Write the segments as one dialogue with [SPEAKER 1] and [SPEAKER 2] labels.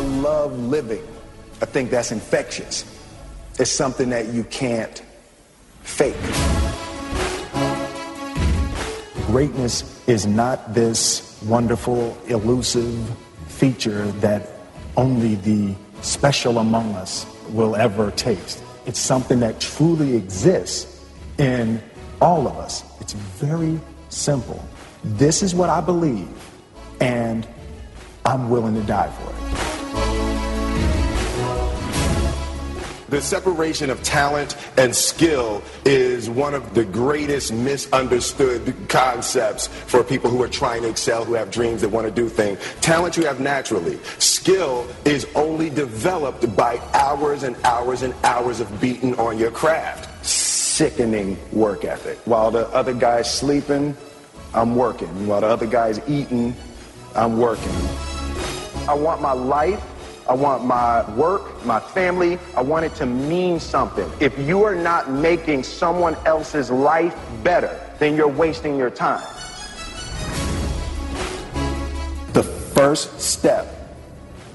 [SPEAKER 1] love living, I think that's infectious. It's something that you can't fake. Greatness is not this wonderful, elusive feature that only the special among us will ever taste. It's something that truly exists in all of us. It's very simple. This is what I believe, and I'm willing to die for it.
[SPEAKER 2] The separation of talent and skill is one of the greatest misunderstood concepts for people who are trying to excel, who have dreams, that want to do things. Talent you have naturally. Skill is only developed by hours and hours and hours of beating on your craft.
[SPEAKER 1] Sickening work ethic. While the other guy's sleeping, I'm working. While the other guy's eating, I'm working. I want my life I want my work, my family, I want it to mean something. If you are not making someone else's life better, then you're wasting your time. The first step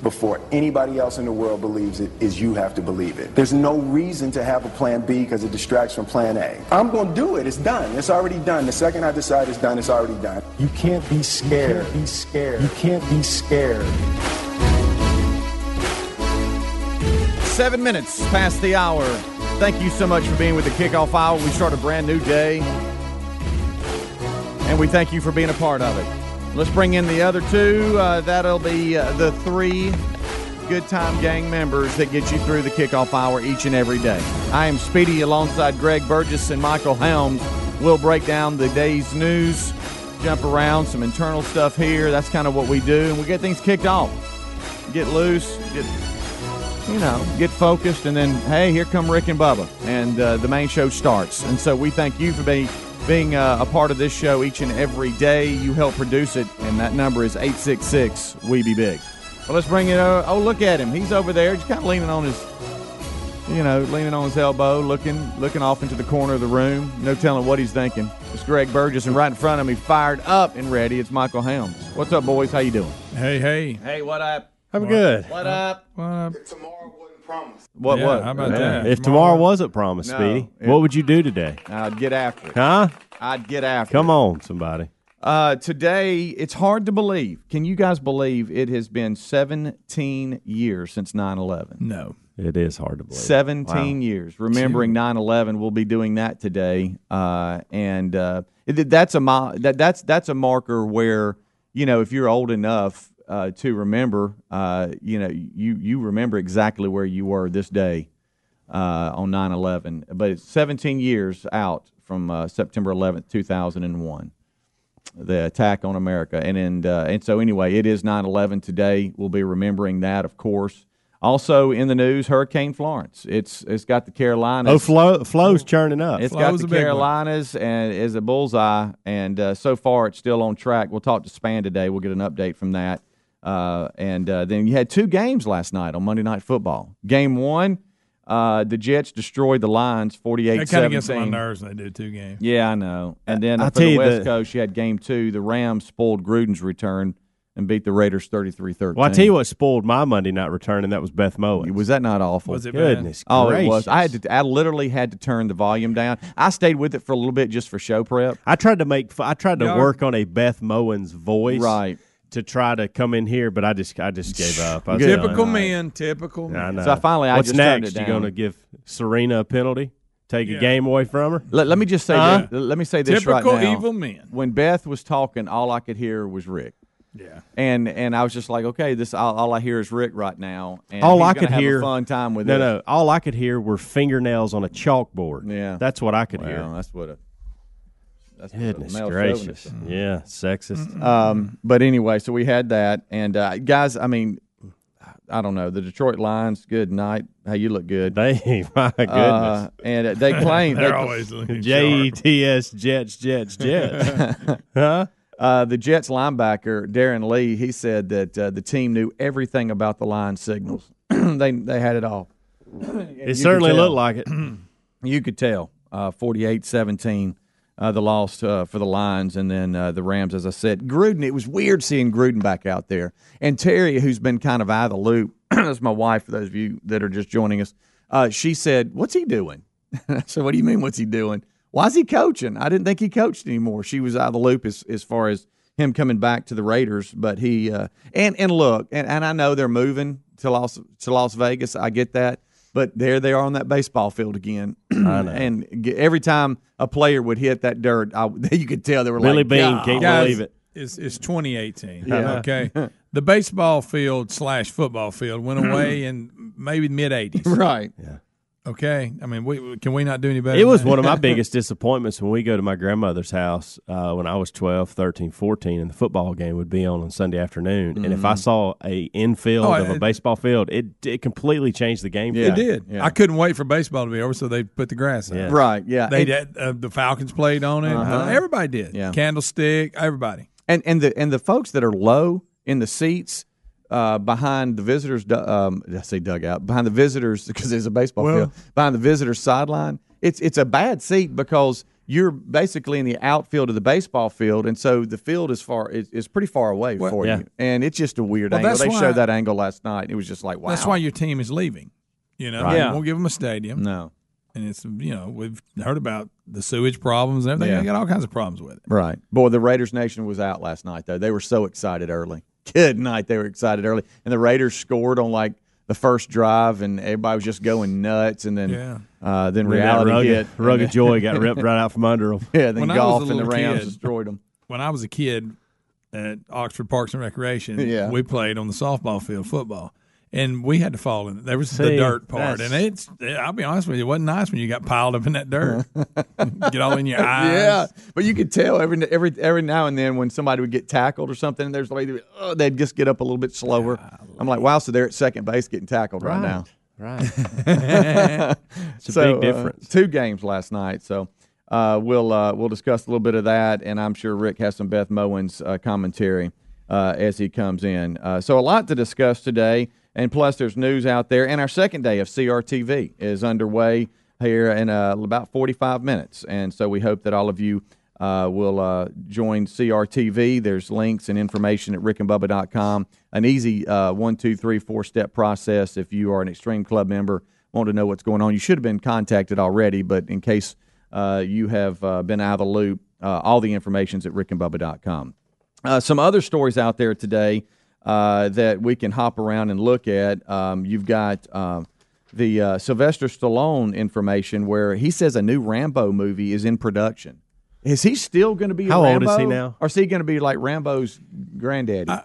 [SPEAKER 1] before anybody else in the world believes it is you have to believe it. There's no reason to have a plan B because it distracts from plan A. I'm going to do it. It's done. It's already done. The second I decide it's done, it's already done.
[SPEAKER 3] You can't be scared. be scared. You can't be scared.
[SPEAKER 4] Seven minutes past the hour. Thank you so much for being with the kickoff hour. We start a brand new day. And we thank you for being a part of it. Let's bring in the other two. Uh, that'll be uh, the three Good Time Gang members that get you through the kickoff hour each and every day. I am Speedy alongside Greg Burgess and Michael Helms. We'll break down the day's news, jump around, some internal stuff here. That's kind of what we do. And we get things kicked off. Get loose, get you know, get focused, and then hey, here come Rick and Bubba, and uh, the main show starts. And so we thank you for being being uh, a part of this show each and every day. You help produce it, and that number is eight six six E We Be Big. Well, let's bring it. Uh, oh, look at him. He's over there, just kind of leaning on his, you know, leaning on his elbow, looking looking off into the corner of the room. No telling what he's thinking. It's Greg Burgess, and right in front of me, fired up and ready. It's Michael Helms. What's up, boys? How you doing?
[SPEAKER 5] Hey, hey.
[SPEAKER 4] Hey, what up?
[SPEAKER 6] I'm good.
[SPEAKER 4] What up?
[SPEAKER 5] What up?
[SPEAKER 7] Tomorrow wasn't promised.
[SPEAKER 4] What
[SPEAKER 5] Yeah,
[SPEAKER 4] what?
[SPEAKER 5] how about that?
[SPEAKER 6] If tomorrow wasn't promised,
[SPEAKER 4] No,
[SPEAKER 6] Speedy,
[SPEAKER 4] it-
[SPEAKER 6] what would you do today?
[SPEAKER 4] I'd get after it.
[SPEAKER 6] Huh?
[SPEAKER 4] I'd get after it.
[SPEAKER 6] Come on, somebody.
[SPEAKER 4] Uh, today, it's hard to believe. Can you guys believe it has been 17 years since 9 11?
[SPEAKER 5] No.
[SPEAKER 6] It is hard to believe.
[SPEAKER 4] 17 years. Remembering 9 11, we'll be doing that today. Uh, and uh, it- that's, a mi- that, that's, that's a marker where, you know, if you're old enough uh, to remember, uh, you know, you, you remember exactly where you were this day uh, on 9 11. But it's 17 years out from uh, September 11th, 2001 the attack on America. And and, uh, and so anyway, it is 9/11 today. We'll be remembering that, of course. Also in the news, Hurricane Florence. It's it's got the Carolinas.
[SPEAKER 6] Oh, Flo, Flo's churning up.
[SPEAKER 4] It's
[SPEAKER 5] Flow's
[SPEAKER 4] got
[SPEAKER 5] a
[SPEAKER 4] the
[SPEAKER 5] big one.
[SPEAKER 4] Carolinas and is a bullseye, and uh, so far it's still on track. We'll talk to Span today. We'll get an update from that. Uh, and uh, then you had two games last night on Monday Night Football. Game one, uh, the Jets destroyed the Lions,
[SPEAKER 5] That
[SPEAKER 4] forty-eight
[SPEAKER 5] kind of gets on my
[SPEAKER 4] seventeen.
[SPEAKER 5] nerves when they do two games.
[SPEAKER 4] Yeah, I know. And then
[SPEAKER 6] I'll
[SPEAKER 4] for
[SPEAKER 6] tell
[SPEAKER 4] the
[SPEAKER 6] you
[SPEAKER 4] West
[SPEAKER 6] the-
[SPEAKER 4] Coast, you had game two. The Rams spoiled Gruden's return and beat the Raiders 33 13.
[SPEAKER 6] well, I tell you what spoiled my Monday night return, and that was Beth Mowat.
[SPEAKER 4] Was that not awful?
[SPEAKER 5] Was it bad?
[SPEAKER 6] Goodness
[SPEAKER 4] Oh,
[SPEAKER 6] gracious.
[SPEAKER 4] it was. I had to. I literally had to turn the volume down. I stayed with it for a little bit just for show prep.
[SPEAKER 6] I tried to make. fu- I tried to
[SPEAKER 5] Y'all-
[SPEAKER 6] work on a Beth Moen's voice,
[SPEAKER 4] Right.
[SPEAKER 6] to try to come in here, but I just, I just gave up. I was
[SPEAKER 4] Good.
[SPEAKER 5] Typical
[SPEAKER 6] done.
[SPEAKER 5] man. Typical
[SPEAKER 6] I
[SPEAKER 5] man.
[SPEAKER 6] know.
[SPEAKER 4] So I finally- I
[SPEAKER 6] what's
[SPEAKER 4] just turned
[SPEAKER 6] next?
[SPEAKER 4] it
[SPEAKER 6] You
[SPEAKER 4] down.
[SPEAKER 6] gonna give Serena a penalty? Take
[SPEAKER 5] Yeah.
[SPEAKER 6] a game away from her?
[SPEAKER 4] Let, let me just say
[SPEAKER 6] Huh?
[SPEAKER 4] this. Let me say this
[SPEAKER 5] Typical
[SPEAKER 4] right now.
[SPEAKER 5] evil man.
[SPEAKER 4] When Beth was talking, all I could hear was Rick.
[SPEAKER 5] Yeah.
[SPEAKER 4] And and I was just like, okay, this all, all I hear is Rick right now. And
[SPEAKER 6] all
[SPEAKER 4] he's
[SPEAKER 6] I
[SPEAKER 4] gonna
[SPEAKER 6] could
[SPEAKER 4] have
[SPEAKER 6] hear
[SPEAKER 4] a fun time with
[SPEAKER 6] no,
[SPEAKER 4] this.
[SPEAKER 6] no. All I could hear were fingernails on a chalkboard.
[SPEAKER 4] Yeah.
[SPEAKER 6] that's what I could
[SPEAKER 4] Well,
[SPEAKER 6] hear.
[SPEAKER 4] that's what a that's what a
[SPEAKER 6] Goodness
[SPEAKER 4] male chauvinist-
[SPEAKER 6] gracious. Yeah, sexist. Uh,
[SPEAKER 4] Um, but anyway, so we had that, and uh, guys, I mean, I don't know the Detroit Lions. Good night. Hey, you look good.
[SPEAKER 6] They, my goodness.
[SPEAKER 4] Uh, and uh, they claim
[SPEAKER 5] They're
[SPEAKER 4] that
[SPEAKER 5] always looking
[SPEAKER 6] J E
[SPEAKER 5] sharp.
[SPEAKER 6] T S Jets Jets Jets. huh?
[SPEAKER 4] uh, the Jets linebacker Darren Lee he said that uh, the team knew everything about the line signals. they they had it all.
[SPEAKER 6] It certainly
[SPEAKER 4] tell.
[SPEAKER 6] looked like it.
[SPEAKER 4] You could tell uh, 48-17 uh, the loss uh, for the Lions, and then uh, the Rams. As I said, Gruden. It was weird seeing Gruden back out there, and Terry, who's been kind of out of the loop that's my wife. For those of you that are just joining us, uh, she said, "What's he doing?" I said, "What do you mean? What's he doing? Why is he coaching?" I didn't think he coached anymore. She was out of the loop as as far as him coming back to the Raiders, but he uh, and and look, and, and I know they're moving to Las to Las Vegas. I get that. But there they are on that baseball field again, and g- every time a player would hit that dirt, I, you could tell they were
[SPEAKER 6] Billy
[SPEAKER 4] like,
[SPEAKER 6] Bean
[SPEAKER 4] "God."
[SPEAKER 6] can't
[SPEAKER 5] Guys,
[SPEAKER 6] believe it.
[SPEAKER 5] It's, it's 2018. Okay. The baseball field slash football field
[SPEAKER 6] Hmm.
[SPEAKER 5] went away in maybe mid 80s.
[SPEAKER 4] right?
[SPEAKER 5] Okay. I mean, we, can we not do any better?
[SPEAKER 6] It
[SPEAKER 5] than
[SPEAKER 6] was
[SPEAKER 5] that?
[SPEAKER 6] one of my biggest disappointments when we go to my grandmother's house uh, when I was 12, 13, 14, and the football game would be on on Sunday afternoon. And
[SPEAKER 4] Mm-hmm.
[SPEAKER 6] if I saw a infield
[SPEAKER 5] Oh,
[SPEAKER 6] of a
[SPEAKER 5] it-
[SPEAKER 6] baseball field, it it completely changed the game. for
[SPEAKER 4] It
[SPEAKER 5] It
[SPEAKER 6] me.
[SPEAKER 5] did.
[SPEAKER 4] Yeah.
[SPEAKER 5] I couldn't wait for baseball to be over, so they put the grass out.
[SPEAKER 6] Yeah. Uh-huh.
[SPEAKER 4] Right? Yeah.
[SPEAKER 5] They
[SPEAKER 4] And-
[SPEAKER 5] did, uh, the Falcons played on it. Uh, Everybody did.
[SPEAKER 4] Yeah.
[SPEAKER 5] Candlestick, everybody.
[SPEAKER 4] and and the and the folks that are low in the seats uh, behind the visitors, du- um, did I say dugout behind the visitors because there's a baseball field behind the visitors sideline. It's it's a bad seat because you're basically in the outfield of the baseball field, and so the field is far is, is pretty far away for
[SPEAKER 6] yeah.
[SPEAKER 4] you, and it's just a weird
[SPEAKER 5] Well,
[SPEAKER 4] angle.
[SPEAKER 5] that's
[SPEAKER 4] They
[SPEAKER 5] why-
[SPEAKER 4] showed that angle last night, and it was just like wow.
[SPEAKER 5] That's why your team is leaving. You know,
[SPEAKER 6] Right.
[SPEAKER 5] You
[SPEAKER 6] Yeah.
[SPEAKER 5] won't give them a stadium.
[SPEAKER 4] no
[SPEAKER 5] And it's, you know, we've heard about the sewage problems and everything.
[SPEAKER 4] Yeah.
[SPEAKER 5] They got all kinds of problems with it.
[SPEAKER 4] right boy. The Raiders Nation was out last night though. They were so excited early. Good night. They were excited early, and the Raiders scored on like. The first drive and everybody was just going nuts, and then
[SPEAKER 5] Yeah.
[SPEAKER 4] Uh, then
[SPEAKER 6] And that
[SPEAKER 4] reality
[SPEAKER 6] rugged,
[SPEAKER 4] hit.
[SPEAKER 6] rugged joy got ripped right out from under them.
[SPEAKER 4] Yeah, then
[SPEAKER 5] When I was
[SPEAKER 4] golf
[SPEAKER 5] a
[SPEAKER 4] and the
[SPEAKER 5] little
[SPEAKER 4] Rams
[SPEAKER 5] kid-
[SPEAKER 4] destroyed them.
[SPEAKER 5] When I was a kid at Oxford Parks and Recreation,
[SPEAKER 4] Yeah.
[SPEAKER 5] we played on the softball field football. And we had to fall in. There was the
[SPEAKER 6] See,
[SPEAKER 5] dirt part,
[SPEAKER 6] that's-
[SPEAKER 5] and it's—I'll be honest with you—it wasn't nice when you got piled up in that dirt. get all in your eyes.
[SPEAKER 4] Yeah, but you could tell every every every now and then when somebody would get tackled or something, there's like oh, they'd just get up a little bit slower. I'm like, wow, so they're at second base getting tackled right, now.
[SPEAKER 6] Right. it's a
[SPEAKER 4] so,
[SPEAKER 6] big
[SPEAKER 4] uh,
[SPEAKER 6] difference.
[SPEAKER 4] two games last night, so uh, we'll uh, we'll discuss a little bit of that, and I'm sure Rick has some Beth Mowins uh, commentary uh, as he comes in. Uh, so a lot to discuss today, and plus there's news out there, and our second day of CRTV is underway here in uh, about 45 minutes, and so we hope that all of you. Uh, will uh, join CRTV. There's links and information at rickandbubba.com. An easy uh, one, two, three, four step process if you are an Extreme Club member want to know what's going on. You should have been contacted already, but in case uh, you have uh, been out of the loop, uh, all the information's at rickandbubba.com. Uh, some other stories out there today uh, that we can hop around and look at. Um, you've got um the uh, Sylvester Stallone information where he says a new Rambo movie is in production. Is he still going to be a
[SPEAKER 6] How old is
[SPEAKER 4] Rambo?
[SPEAKER 6] he now?
[SPEAKER 4] Or is he going to be like Rambo's granddaddy? I,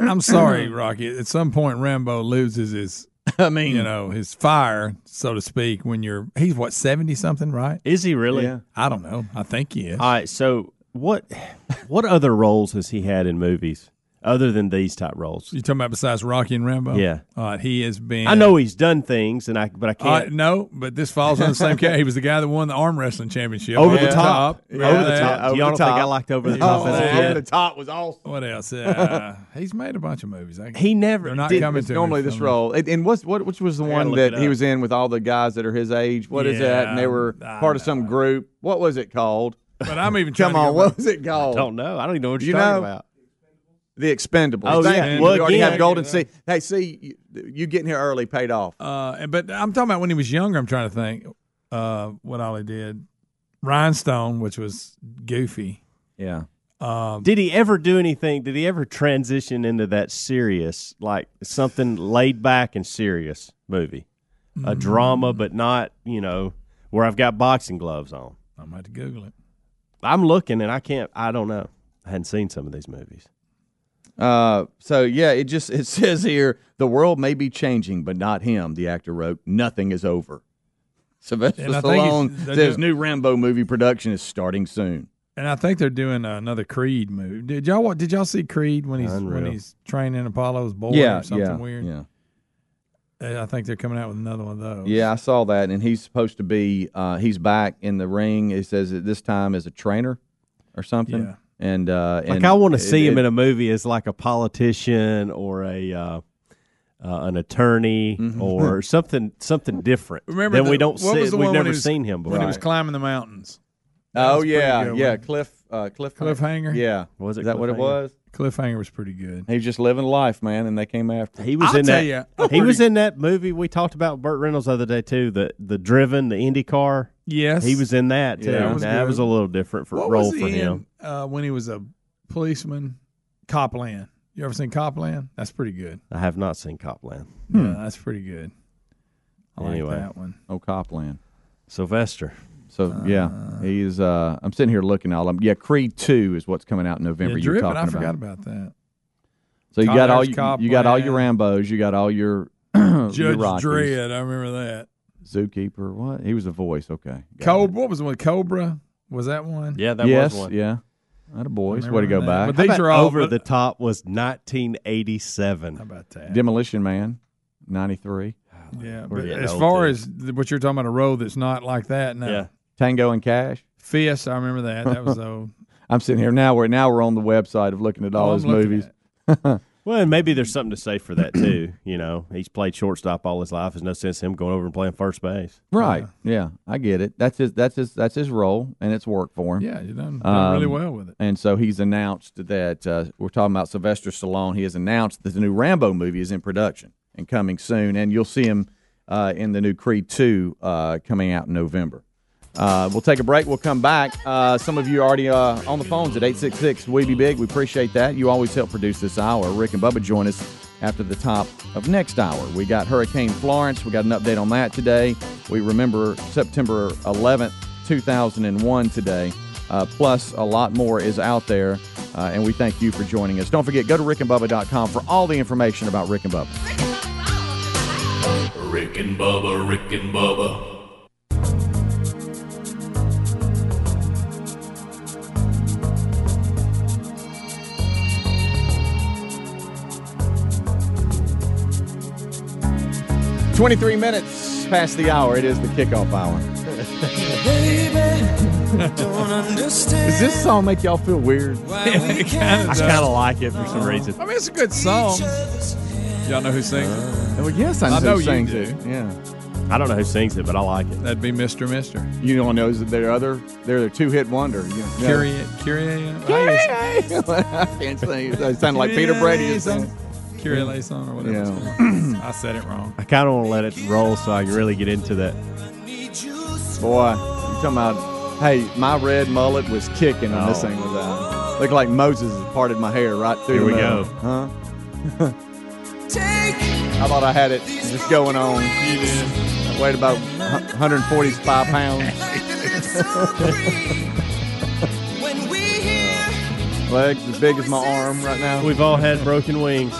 [SPEAKER 5] I'm sorry, Rocky. At some point, Rambo loses his,
[SPEAKER 4] mean,
[SPEAKER 5] you know, his fire, so to speak. When you're, he's what seventy something, right?
[SPEAKER 6] Is he really?
[SPEAKER 4] Yeah.
[SPEAKER 5] I don't know. I think he is.
[SPEAKER 6] All right. So what what other roles has he had in movies other than these type roles?
[SPEAKER 5] you talking about besides Rocky and Rambo?
[SPEAKER 6] Yeah.
[SPEAKER 5] All right. He has been.
[SPEAKER 6] I know he's done things, and I but I
[SPEAKER 5] All right,
[SPEAKER 6] can't.
[SPEAKER 5] no, but this falls on the same cat. He was the guy that won the arm wrestling championship.
[SPEAKER 6] Over
[SPEAKER 5] Yeah.
[SPEAKER 6] the top.
[SPEAKER 5] Yeah.
[SPEAKER 6] Over the
[SPEAKER 5] Yeah.
[SPEAKER 4] Over
[SPEAKER 6] top. Y'all
[SPEAKER 4] the
[SPEAKER 6] don't think I
[SPEAKER 4] Top.
[SPEAKER 6] liked over the
[SPEAKER 4] oh,
[SPEAKER 6] top. as a
[SPEAKER 5] yeah.
[SPEAKER 6] kid?
[SPEAKER 4] over the top was awesome.
[SPEAKER 5] What else? Uh, he's made a bunch of movies. I,
[SPEAKER 6] He
[SPEAKER 5] they're
[SPEAKER 6] never
[SPEAKER 5] not
[SPEAKER 6] did.
[SPEAKER 5] coming
[SPEAKER 4] It's
[SPEAKER 5] to me.
[SPEAKER 4] normally this
[SPEAKER 5] Some-
[SPEAKER 4] role. And, and what's what? Which was the
[SPEAKER 6] gotta
[SPEAKER 4] one
[SPEAKER 6] look
[SPEAKER 4] that
[SPEAKER 6] it
[SPEAKER 4] he
[SPEAKER 6] up. um,
[SPEAKER 4] was in with all the guys that are his age? What is that? And they
[SPEAKER 5] Yeah,
[SPEAKER 4] were
[SPEAKER 5] I
[SPEAKER 4] part of some group. What was it called?
[SPEAKER 5] But I'm even trying
[SPEAKER 4] Come
[SPEAKER 5] to
[SPEAKER 4] on,
[SPEAKER 5] go
[SPEAKER 4] what
[SPEAKER 5] back.
[SPEAKER 4] was it called?
[SPEAKER 6] Don't know. I don't even know what you're
[SPEAKER 4] You
[SPEAKER 6] talking
[SPEAKER 4] know-
[SPEAKER 6] about.
[SPEAKER 4] The Expendables.
[SPEAKER 6] Oh,
[SPEAKER 4] Thank
[SPEAKER 6] yeah.
[SPEAKER 4] you.
[SPEAKER 6] Well,
[SPEAKER 4] you already have
[SPEAKER 6] again-
[SPEAKER 4] Golden State. Hey, see, you, you getting here early paid off.
[SPEAKER 5] Uh, and- but I'm talking about when he was younger. I'm trying to think uh, what all he did. Rhinestone, which was goofy.
[SPEAKER 4] Yeah.
[SPEAKER 6] Did he ever do anything? Did he ever transition into that serious, like something laid back and serious movie, a drama, but not you know where I've got boxing gloves on.
[SPEAKER 5] I might have to Google it.
[SPEAKER 6] I'm looking and I can't. I don't know. I hadn't seen some of these movies.
[SPEAKER 4] Uh, so yeah, it just it says here the world may be changing, but not him. The actor wrote, "Nothing is over." Sylvester
[SPEAKER 5] And I think he's-
[SPEAKER 4] Stallone
[SPEAKER 5] they're
[SPEAKER 4] says
[SPEAKER 5] doing-
[SPEAKER 4] new Rambo movie production is starting soon.
[SPEAKER 5] And I think they're doing uh, another Creed movie. Did y'all wa- did y'all see Creed when he's
[SPEAKER 6] Unreal.
[SPEAKER 5] when he's training Apollo's boy or something weird?
[SPEAKER 4] Yeah.
[SPEAKER 5] Uh, I think they're coming out with another one of those.
[SPEAKER 4] Yeah, I saw that, and he's supposed to be uh, he's back in the ring. It says that this time as a trainer or something.
[SPEAKER 5] Yeah.
[SPEAKER 4] And uh,
[SPEAKER 6] Like
[SPEAKER 4] and
[SPEAKER 6] I want to
[SPEAKER 4] it-
[SPEAKER 6] see him
[SPEAKER 4] it-
[SPEAKER 6] in a movie as like a politician or a uh, uh, an attorney or something something different.
[SPEAKER 5] Mm-hmm. Remember
[SPEAKER 6] then
[SPEAKER 5] the-
[SPEAKER 6] we don't
[SPEAKER 5] what
[SPEAKER 6] see.
[SPEAKER 5] was the
[SPEAKER 6] We've
[SPEAKER 5] one when
[SPEAKER 6] never
[SPEAKER 5] he was-
[SPEAKER 6] seen him before.
[SPEAKER 5] When he was climbing the mountains.
[SPEAKER 4] Oh
[SPEAKER 5] was a pretty
[SPEAKER 4] yeah,
[SPEAKER 5] good
[SPEAKER 4] yeah.
[SPEAKER 5] one.
[SPEAKER 4] Cliff uh, cliff
[SPEAKER 5] Cliffhanger?
[SPEAKER 4] Yeah,
[SPEAKER 6] Was it
[SPEAKER 4] Is that what it
[SPEAKER 6] cliffhanger?
[SPEAKER 4] was?
[SPEAKER 5] Cliffhanger was pretty good.
[SPEAKER 4] He was just living life, man, and they came after. him.
[SPEAKER 6] He was
[SPEAKER 5] I'll
[SPEAKER 6] in
[SPEAKER 5] tell
[SPEAKER 6] that.
[SPEAKER 5] ya,
[SPEAKER 6] he
[SPEAKER 5] a
[SPEAKER 6] was
[SPEAKER 5] pretty-
[SPEAKER 6] in that movie we talked about with Burt Reynolds the other day too. The the Driven, the Indy car.
[SPEAKER 5] Yes,
[SPEAKER 6] He was in that too.
[SPEAKER 4] Yeah, that
[SPEAKER 6] that,
[SPEAKER 5] was
[SPEAKER 6] was
[SPEAKER 5] good.
[SPEAKER 6] a little different for,
[SPEAKER 5] what
[SPEAKER 6] role
[SPEAKER 5] was he
[SPEAKER 6] for him.
[SPEAKER 5] in, uh, when he was a policeman? Copland. You ever seen Copland? That's pretty good.
[SPEAKER 6] I have not seen Copland.
[SPEAKER 5] Yeah, that's pretty good. I
[SPEAKER 6] Hmm. Anyway.
[SPEAKER 5] like that one.
[SPEAKER 4] Oh, Copland.
[SPEAKER 6] Sylvester.
[SPEAKER 4] So yeah, he's. Uh, I'm sitting here looking at all of them. Yeah, Creed Two is what's coming out in November.
[SPEAKER 5] Yeah,
[SPEAKER 4] You're
[SPEAKER 5] Driven.
[SPEAKER 4] talking
[SPEAKER 5] I forgot
[SPEAKER 4] about.
[SPEAKER 5] about that.
[SPEAKER 4] So you got all
[SPEAKER 5] Connors,
[SPEAKER 4] you, you got all your
[SPEAKER 5] Copland.
[SPEAKER 4] Rambo's. You got all your Judge
[SPEAKER 5] Judge Dredd. I remember that.
[SPEAKER 4] Zookeeper. What? He was the voice. Okay. Got
[SPEAKER 5] Cobra. What was the one? Cobra. Was that one?
[SPEAKER 6] Yeah,
[SPEAKER 4] it.
[SPEAKER 6] that
[SPEAKER 4] yes.
[SPEAKER 6] was one.
[SPEAKER 4] Yeah. That a boys.
[SPEAKER 5] remember
[SPEAKER 4] Way to go
[SPEAKER 5] that.
[SPEAKER 4] back.
[SPEAKER 5] But these are all
[SPEAKER 6] Over the top was 1987.
[SPEAKER 5] How about that?
[SPEAKER 4] Demolition Man, ninety three.
[SPEAKER 5] Yeah,
[SPEAKER 6] We're
[SPEAKER 5] but
[SPEAKER 6] getting
[SPEAKER 5] as
[SPEAKER 6] old,
[SPEAKER 5] far
[SPEAKER 6] too.
[SPEAKER 5] as th- what you're talking about, a road that's not like that. No,
[SPEAKER 6] Yeah.
[SPEAKER 4] Tango and Cash.
[SPEAKER 5] Fist. I remember that. That was old.
[SPEAKER 4] I'm sitting here now. We're now we're on the website of looking at all
[SPEAKER 5] Oh, I'm
[SPEAKER 4] his
[SPEAKER 5] looking
[SPEAKER 4] movies.
[SPEAKER 5] at
[SPEAKER 6] Well, and maybe there's something to say for that too. You know, he's played shortstop all his life. There's no sense him going over and playing first base.
[SPEAKER 4] Right. Yeah. I get it. That's his. That's his. That's his role, and it's work for him.
[SPEAKER 5] Yeah, you done, done really
[SPEAKER 4] Um,
[SPEAKER 5] well with it.
[SPEAKER 4] And so he's announced that uh, we're talking about Sylvester Stallone. He has announced that the new Rambo movie is in production and coming soon, and you'll see him uh, in the new Creed Two uh, coming out in November. Uh, we'll take a break. We'll come back. Uh, some of you are already uh, on the phones at 866 We Be Big. We appreciate that. You always help produce this hour. Rick and Bubba join us after the top of next hour. We got Hurricane Florence. We got an update on that today. We remember September 11th, 2001 today. Uh, plus, a lot more is out there. Uh, and we thank you for joining us. Don't forget, go to rickandbubba.com for all the information about Rick and Bubba.
[SPEAKER 8] Rick and Bubba, Rick and Bubba.
[SPEAKER 4] Twenty-three minutes past the hour. It is the kickoff hour. Does this song make y'all feel weird?
[SPEAKER 6] I kind of like it for some reason.
[SPEAKER 5] uh, I mean, it's a good song. Y'all know who sings it?
[SPEAKER 4] Well, yes, I know,
[SPEAKER 5] I know
[SPEAKER 4] who
[SPEAKER 5] you
[SPEAKER 4] sings
[SPEAKER 5] do.
[SPEAKER 4] it. Yeah,
[SPEAKER 6] I don't know who sings it, but I like it.
[SPEAKER 5] That'd be Mister Mister.
[SPEAKER 4] you know, knows that they're other, they're a two-hit wonder. You know,
[SPEAKER 5] Curie, Curie, Curie,
[SPEAKER 4] I can't sing. it. I sound like Peter Brady.
[SPEAKER 5] song, Curie song, or whatever. it's
[SPEAKER 4] Yeah.
[SPEAKER 5] called. I said it wrong.
[SPEAKER 6] I kind of want to let it roll so I can really get into that.
[SPEAKER 4] Boy, you talking about? Hey, my red mullet was kicking when this
[SPEAKER 6] Oh.
[SPEAKER 4] thing was out. Looked like Moses has parted my hair right through. the
[SPEAKER 6] Here we
[SPEAKER 4] middle.
[SPEAKER 6] go.
[SPEAKER 4] huh? I thought I had it just going on. You did. I weighed about 145 pounds. Legs as big as my arm right now.
[SPEAKER 6] We've all had broken wings.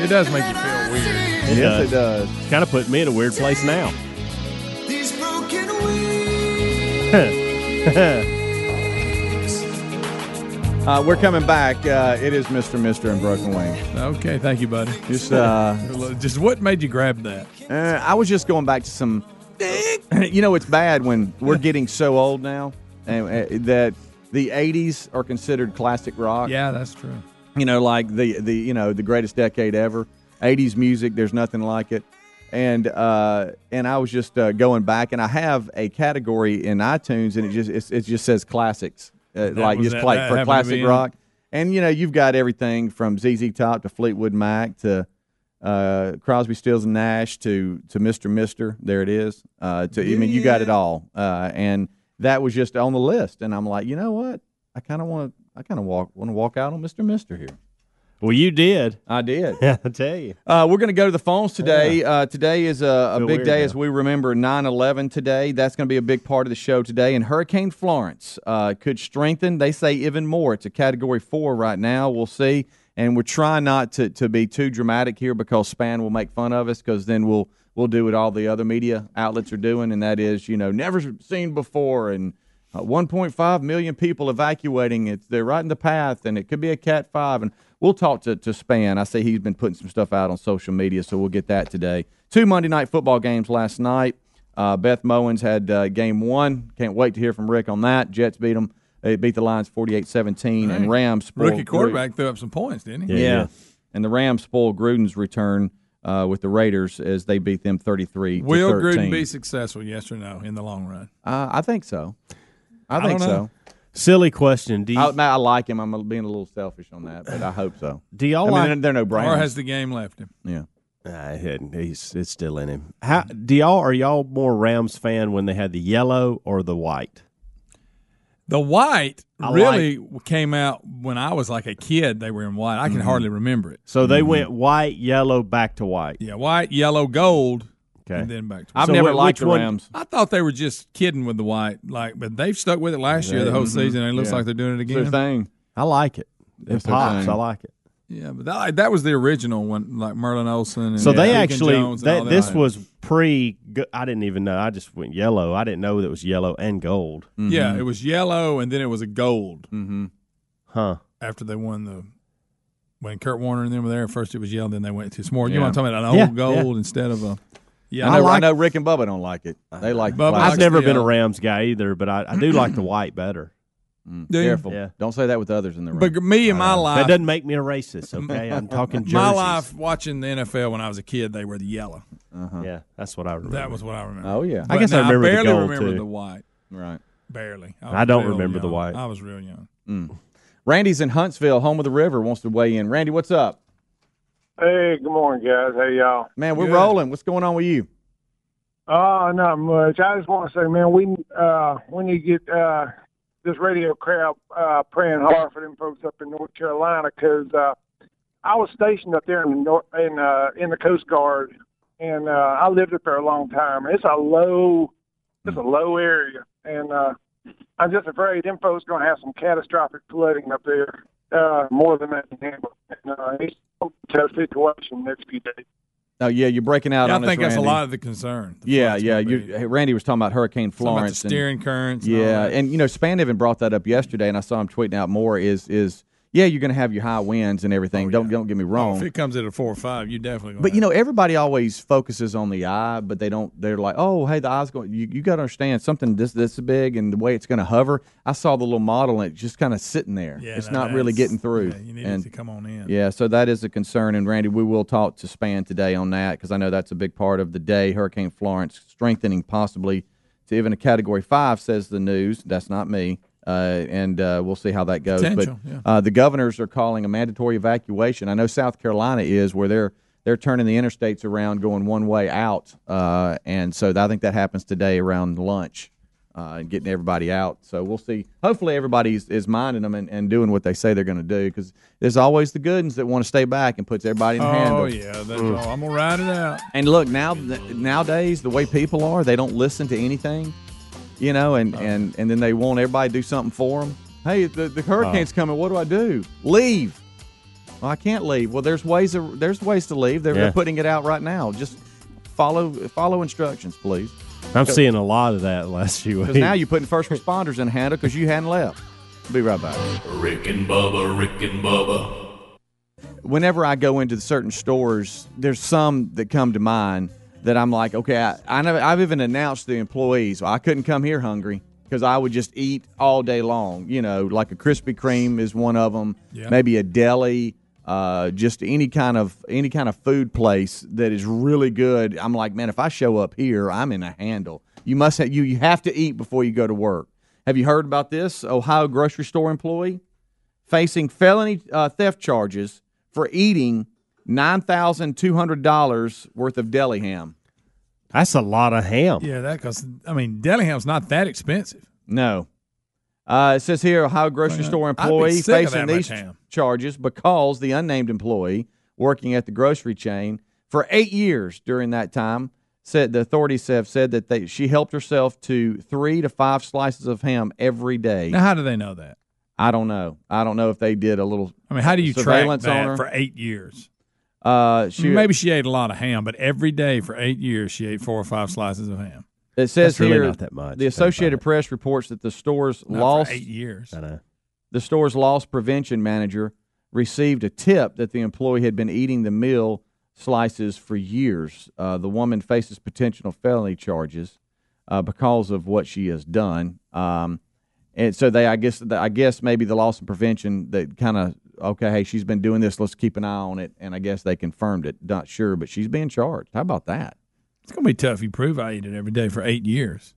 [SPEAKER 5] It does make you feel weird.
[SPEAKER 4] yes, it does.
[SPEAKER 6] Kind of Uh, put me in a weird place now.
[SPEAKER 4] Uh, we're coming back. Uh, it is Mr. Mister and Broken Wing.
[SPEAKER 5] Okay, thank you, buddy.
[SPEAKER 4] Just, uh,
[SPEAKER 5] Just what made you grab that?
[SPEAKER 4] uh, I was just going back to some. You know, it's bad when we're getting so old now and, uh, that the 80s are considered classic rock.
[SPEAKER 5] Yeah, that's true.
[SPEAKER 4] you know, like the the you know the greatest decade ever. '80s music, there's nothing like it. And uh, and I was just uh, going back, and I have a category in iTunes, and it just it's, it just says classics, uh, like
[SPEAKER 5] was
[SPEAKER 4] just
[SPEAKER 5] that-
[SPEAKER 4] like
[SPEAKER 5] that
[SPEAKER 4] for
[SPEAKER 5] happened to
[SPEAKER 4] classic
[SPEAKER 5] be in-
[SPEAKER 4] rock. And you know, you've got everything from ZZ Top to Fleetwood Mac to uh, Crosby, Stills and Nash to to Mister Mister. There it is. Uh, to I mean, you got it all. Uh, and that was just on the list, and I'm like, you know what? I kind of want to. I kind of walk want to walk out on Mister Mister here.
[SPEAKER 6] Well, you did.
[SPEAKER 4] I did.
[SPEAKER 6] I tell you.
[SPEAKER 4] Uh, we're going to go to the phones today. Uh, today is a, a
[SPEAKER 6] Feel
[SPEAKER 4] big
[SPEAKER 6] weird
[SPEAKER 4] day
[SPEAKER 6] now.
[SPEAKER 4] as we remember 9 11 today. That's going to be a big part of the show today. And Hurricane Florence uh, could strengthen, they say, even more. It's a category four right now. We'll see. And we're trying not to, to be too dramatic here because Span will make fun of us because then we'll we'll do what all the other media outlets are doing, and that is, you know, never seen before and uh, 1.5 million people evacuating. It's they're right in the path, and it could be a Cat Five. And we'll talk to to Span. I see he's been putting some stuff out on social media, so we'll get that today. Two Monday night football games last night. Uh, Beth Mowens had uh, game one. Can't wait to hear from Rick on that. Jets beat them. They beat the Lions 48-17,
[SPEAKER 5] Hey,
[SPEAKER 4] and Rams spoiled
[SPEAKER 5] Rookie
[SPEAKER 4] Gru-
[SPEAKER 5] quarterback threw up some points, didn't he?
[SPEAKER 6] Yeah.
[SPEAKER 4] Yeah. and the Rams spoiled Gruden's return uh, with the Raiders as they beat them thirty-three.
[SPEAKER 5] Will
[SPEAKER 4] to 13.
[SPEAKER 5] Gruden be successful? Yes or no? In the long run,
[SPEAKER 4] Uh, I think so. I think
[SPEAKER 5] don't know.
[SPEAKER 4] so.
[SPEAKER 6] Silly question. Do you,
[SPEAKER 4] I, I like him. I'm being a little selfish on that, but I hope so.
[SPEAKER 6] do
[SPEAKER 4] I
[SPEAKER 6] y'all
[SPEAKER 4] mean,
[SPEAKER 6] like
[SPEAKER 4] they're, they're no
[SPEAKER 5] Or
[SPEAKER 4] brainer.
[SPEAKER 5] has the game left him?
[SPEAKER 4] yeah.
[SPEAKER 6] Nah, it hadn't. He's it's still in him. How do y'all are y'all more Rams fan when they had the yellow or the white?
[SPEAKER 5] The white
[SPEAKER 6] I
[SPEAKER 5] really came out when I was like a kid. They were in white. I can
[SPEAKER 6] Mm-hmm.
[SPEAKER 5] hardly remember it.
[SPEAKER 6] So
[SPEAKER 4] Mm-hmm.
[SPEAKER 6] they went white, yellow, back to white.
[SPEAKER 5] Yeah, white, yellow, gold,
[SPEAKER 6] Okay.
[SPEAKER 5] and then back to.
[SPEAKER 4] I've
[SPEAKER 6] So
[SPEAKER 4] never
[SPEAKER 6] wh-
[SPEAKER 4] liked
[SPEAKER 6] which
[SPEAKER 4] the
[SPEAKER 6] one-
[SPEAKER 4] Rams.
[SPEAKER 5] I thought they were just kidding with the white, like, but they've stuck with it last year the whole
[SPEAKER 6] Mm-hmm.
[SPEAKER 5] season. And it looks like they're doing it
[SPEAKER 4] It's their
[SPEAKER 5] again.
[SPEAKER 4] thing.
[SPEAKER 6] I like it. It
[SPEAKER 4] That's their
[SPEAKER 6] pops.
[SPEAKER 4] thing.
[SPEAKER 6] I like it.
[SPEAKER 5] Yeah, but that, that was the original one, like Merlin Olsen. And
[SPEAKER 6] So they
[SPEAKER 5] Deacon
[SPEAKER 6] actually
[SPEAKER 5] Jones and all
[SPEAKER 6] that,
[SPEAKER 5] that.
[SPEAKER 6] this was pre. go- I didn't even know. I just went yellow. I didn't know that it was yellow and gold.
[SPEAKER 5] yeah,
[SPEAKER 6] Mm-hmm.
[SPEAKER 5] it was yellow and then it was a gold
[SPEAKER 6] Mm. Huh.
[SPEAKER 5] after they won the. When Kurt Warner and them were there, first it was yellow, then they went to some more. You
[SPEAKER 4] Yeah.
[SPEAKER 5] want to talk about an
[SPEAKER 6] Yeah,
[SPEAKER 5] old gold instead of a. Yeah,
[SPEAKER 4] I know,
[SPEAKER 6] like-
[SPEAKER 4] I know Rick and Bubba don't like it. They like the
[SPEAKER 5] Bubba
[SPEAKER 4] black.
[SPEAKER 5] likes
[SPEAKER 6] I've never
[SPEAKER 5] the uh,
[SPEAKER 6] been a
[SPEAKER 5] yellow.
[SPEAKER 6] Rams guy either, but I, I do like the white better.
[SPEAKER 5] Dude,
[SPEAKER 4] Careful.
[SPEAKER 6] Yeah.
[SPEAKER 4] Don't say that with others in the room.
[SPEAKER 5] But me and my life,
[SPEAKER 6] That doesn't make me a racist. Okay, I'm talking jerseys.
[SPEAKER 5] my life watching the NFL when I was a kid, they were the yellow.
[SPEAKER 6] Uh-huh. Yeah, that's what I remember.
[SPEAKER 5] That was what I remember.
[SPEAKER 4] oh, yeah.
[SPEAKER 6] I guess
[SPEAKER 5] But now
[SPEAKER 6] I remember the
[SPEAKER 5] barely
[SPEAKER 6] gold,
[SPEAKER 5] remember
[SPEAKER 6] too.
[SPEAKER 5] the white.
[SPEAKER 4] Right.
[SPEAKER 5] Barely.
[SPEAKER 6] I
[SPEAKER 5] was
[SPEAKER 6] don't
[SPEAKER 5] real
[SPEAKER 6] remember the
[SPEAKER 5] young.
[SPEAKER 6] white.
[SPEAKER 5] I was real young.
[SPEAKER 4] Randy's in Huntsville, home of the river, wants to weigh in. Randy, what's up?
[SPEAKER 9] Hey, good morning, guys. Hey, y'all.
[SPEAKER 4] Man, we're
[SPEAKER 5] Good.
[SPEAKER 4] rolling. What's going on with you?
[SPEAKER 9] Uh, not much. I just want to say, man, we uh, we need to get uh, this radio crowd uh, praying hard for them folks up in North Carolina because uh, I was stationed up there in the North, in uh, in the Coast Guard, and uh, I lived up there a long time. It's a low, it's a low area, and uh, I'm just afraid them folks gonna have some catastrophic flooding up there uh, more than that. And, uh, it's a tough situation next few days.
[SPEAKER 4] Oh, yeah, you're breaking out
[SPEAKER 5] Yeah, I
[SPEAKER 4] on us,
[SPEAKER 5] think that's a
[SPEAKER 4] Randy.
[SPEAKER 5] lot of the concern. The
[SPEAKER 4] Yeah,
[SPEAKER 5] floods
[SPEAKER 4] yeah.
[SPEAKER 5] gonna
[SPEAKER 4] You,
[SPEAKER 5] be.
[SPEAKER 4] hey, Randy was talking about Hurricane
[SPEAKER 5] Something about the
[SPEAKER 4] Florence. and-
[SPEAKER 5] steering currents. and all
[SPEAKER 4] yeah,
[SPEAKER 5] that.
[SPEAKER 4] and you know, Span even brought that up yesterday, and I saw him tweeting out more. Is is yeah, you're going to have your high winds and everything.
[SPEAKER 5] Oh,
[SPEAKER 4] don't don't get me wrong.
[SPEAKER 5] if it comes at a four or five, you definitely. Gonna
[SPEAKER 4] But you know, everybody always focuses on the eye, but they don't. They're like, "Oh, hey, the eye's going." You, you got to understand something this this big and the way it's going to hover. I saw the little model and it's just kind of sitting there.
[SPEAKER 5] Yeah,
[SPEAKER 4] it's
[SPEAKER 5] no,
[SPEAKER 4] not really
[SPEAKER 5] that's-
[SPEAKER 4] getting through.
[SPEAKER 5] yeah, you need
[SPEAKER 4] and
[SPEAKER 5] it to come on in.
[SPEAKER 4] yeah, so that is a concern. And Randy, we will talk to Span today on that because I know that's a big part of the day. Hurricane Florence strengthening possibly to even a Category Five, says the news. That's not me. Uh, and uh, we'll see how that goes.
[SPEAKER 5] Potential,
[SPEAKER 4] but
[SPEAKER 5] yeah.
[SPEAKER 4] uh, the governors are calling a mandatory evacuation. I know South Carolina is where they're they're turning the interstates around, going one way out, uh, and so I think that happens today around lunch uh, and getting everybody out. So we'll see. Hopefully, everybody is- is minding them and, and doing what they say they're going to do because there's always the good ones that want to stay back and puts everybody in the
[SPEAKER 5] Oh
[SPEAKER 4] handle.
[SPEAKER 5] yeah, that's all. I'm gonna ride it out.
[SPEAKER 4] And look now, th- nowadays the way people are, they don't listen to anything, you know, and and and then they want everybody to do something for them. Hey, the, the hurricane's coming. What do I do? Leave. Well, I can't leave. Well, there's ways. Of, there's ways to leave. They're,
[SPEAKER 6] Yeah.
[SPEAKER 4] they're putting it out right now. Just follow follow instructions, please.
[SPEAKER 6] I'm seeing a lot of that last few weeks.
[SPEAKER 4] Because now you're putting first responders in handle because you hadn't left. Be right back.
[SPEAKER 8] Rick and Bubba, Rick and Bubba,
[SPEAKER 4] whenever I go into certain stores, there's some that come to mind that I'm like, okay, I, I know, I've even announced to the employees, well, I couldn't come here hungry because I would just eat all day long. You know, like a Krispy Kreme is one of them,
[SPEAKER 5] Yeah.
[SPEAKER 4] maybe a deli, uh, just any kind of any kind of food place that is really good. I'm like, man, if I show up here, I'm in a handle. You must have, you you have to eat before you go to work. Have you heard about this Ohio grocery store employee? facing felony uh, theft charges for eating nine thousand two hundred dollars worth of deli ham.
[SPEAKER 6] That's a lot of ham.
[SPEAKER 5] Yeah, that because I mean, Dellingham's not that expensive.
[SPEAKER 4] No, uh, it says here Ohio grocery
[SPEAKER 5] Man,
[SPEAKER 4] store
[SPEAKER 5] I'd be
[SPEAKER 4] employee
[SPEAKER 5] sick of
[SPEAKER 4] facing
[SPEAKER 5] that much
[SPEAKER 4] these
[SPEAKER 5] ham.
[SPEAKER 4] charges because the unnamed employee working at the grocery chain for eight years during that time said the authorities have said that they she helped herself to three to five slices of ham every day.
[SPEAKER 5] Now, how do they know that?
[SPEAKER 4] I don't know. I don't know if they did a little.
[SPEAKER 5] I mean, how do you track
[SPEAKER 4] Surveillance on her?
[SPEAKER 5] that for eight years?
[SPEAKER 4] Uh, she
[SPEAKER 5] Maybe she ate a lot of ham, but every day for eight years, she ate four or five slices of ham.
[SPEAKER 4] It says
[SPEAKER 6] That's really
[SPEAKER 4] here
[SPEAKER 6] not that much.
[SPEAKER 4] the
[SPEAKER 6] Think about
[SPEAKER 4] Associated
[SPEAKER 6] it.
[SPEAKER 4] Press reports that the store's
[SPEAKER 5] Not
[SPEAKER 4] loss
[SPEAKER 5] for eight years.
[SPEAKER 6] I know.
[SPEAKER 4] the store's loss prevention manager received a tip that the employee had been eating the meal slices for years. Uh, the woman faces potential felony charges uh, because of what she has done. Um, and so they, I guess, the, I guess maybe the loss of prevention that kind of okay, hey, she's been doing this. Let's keep an eye on it. And I guess they confirmed it. Not sure, but she's being charged. How about that?
[SPEAKER 5] It's gonna be tough. if You prove I eat it every day for eight years.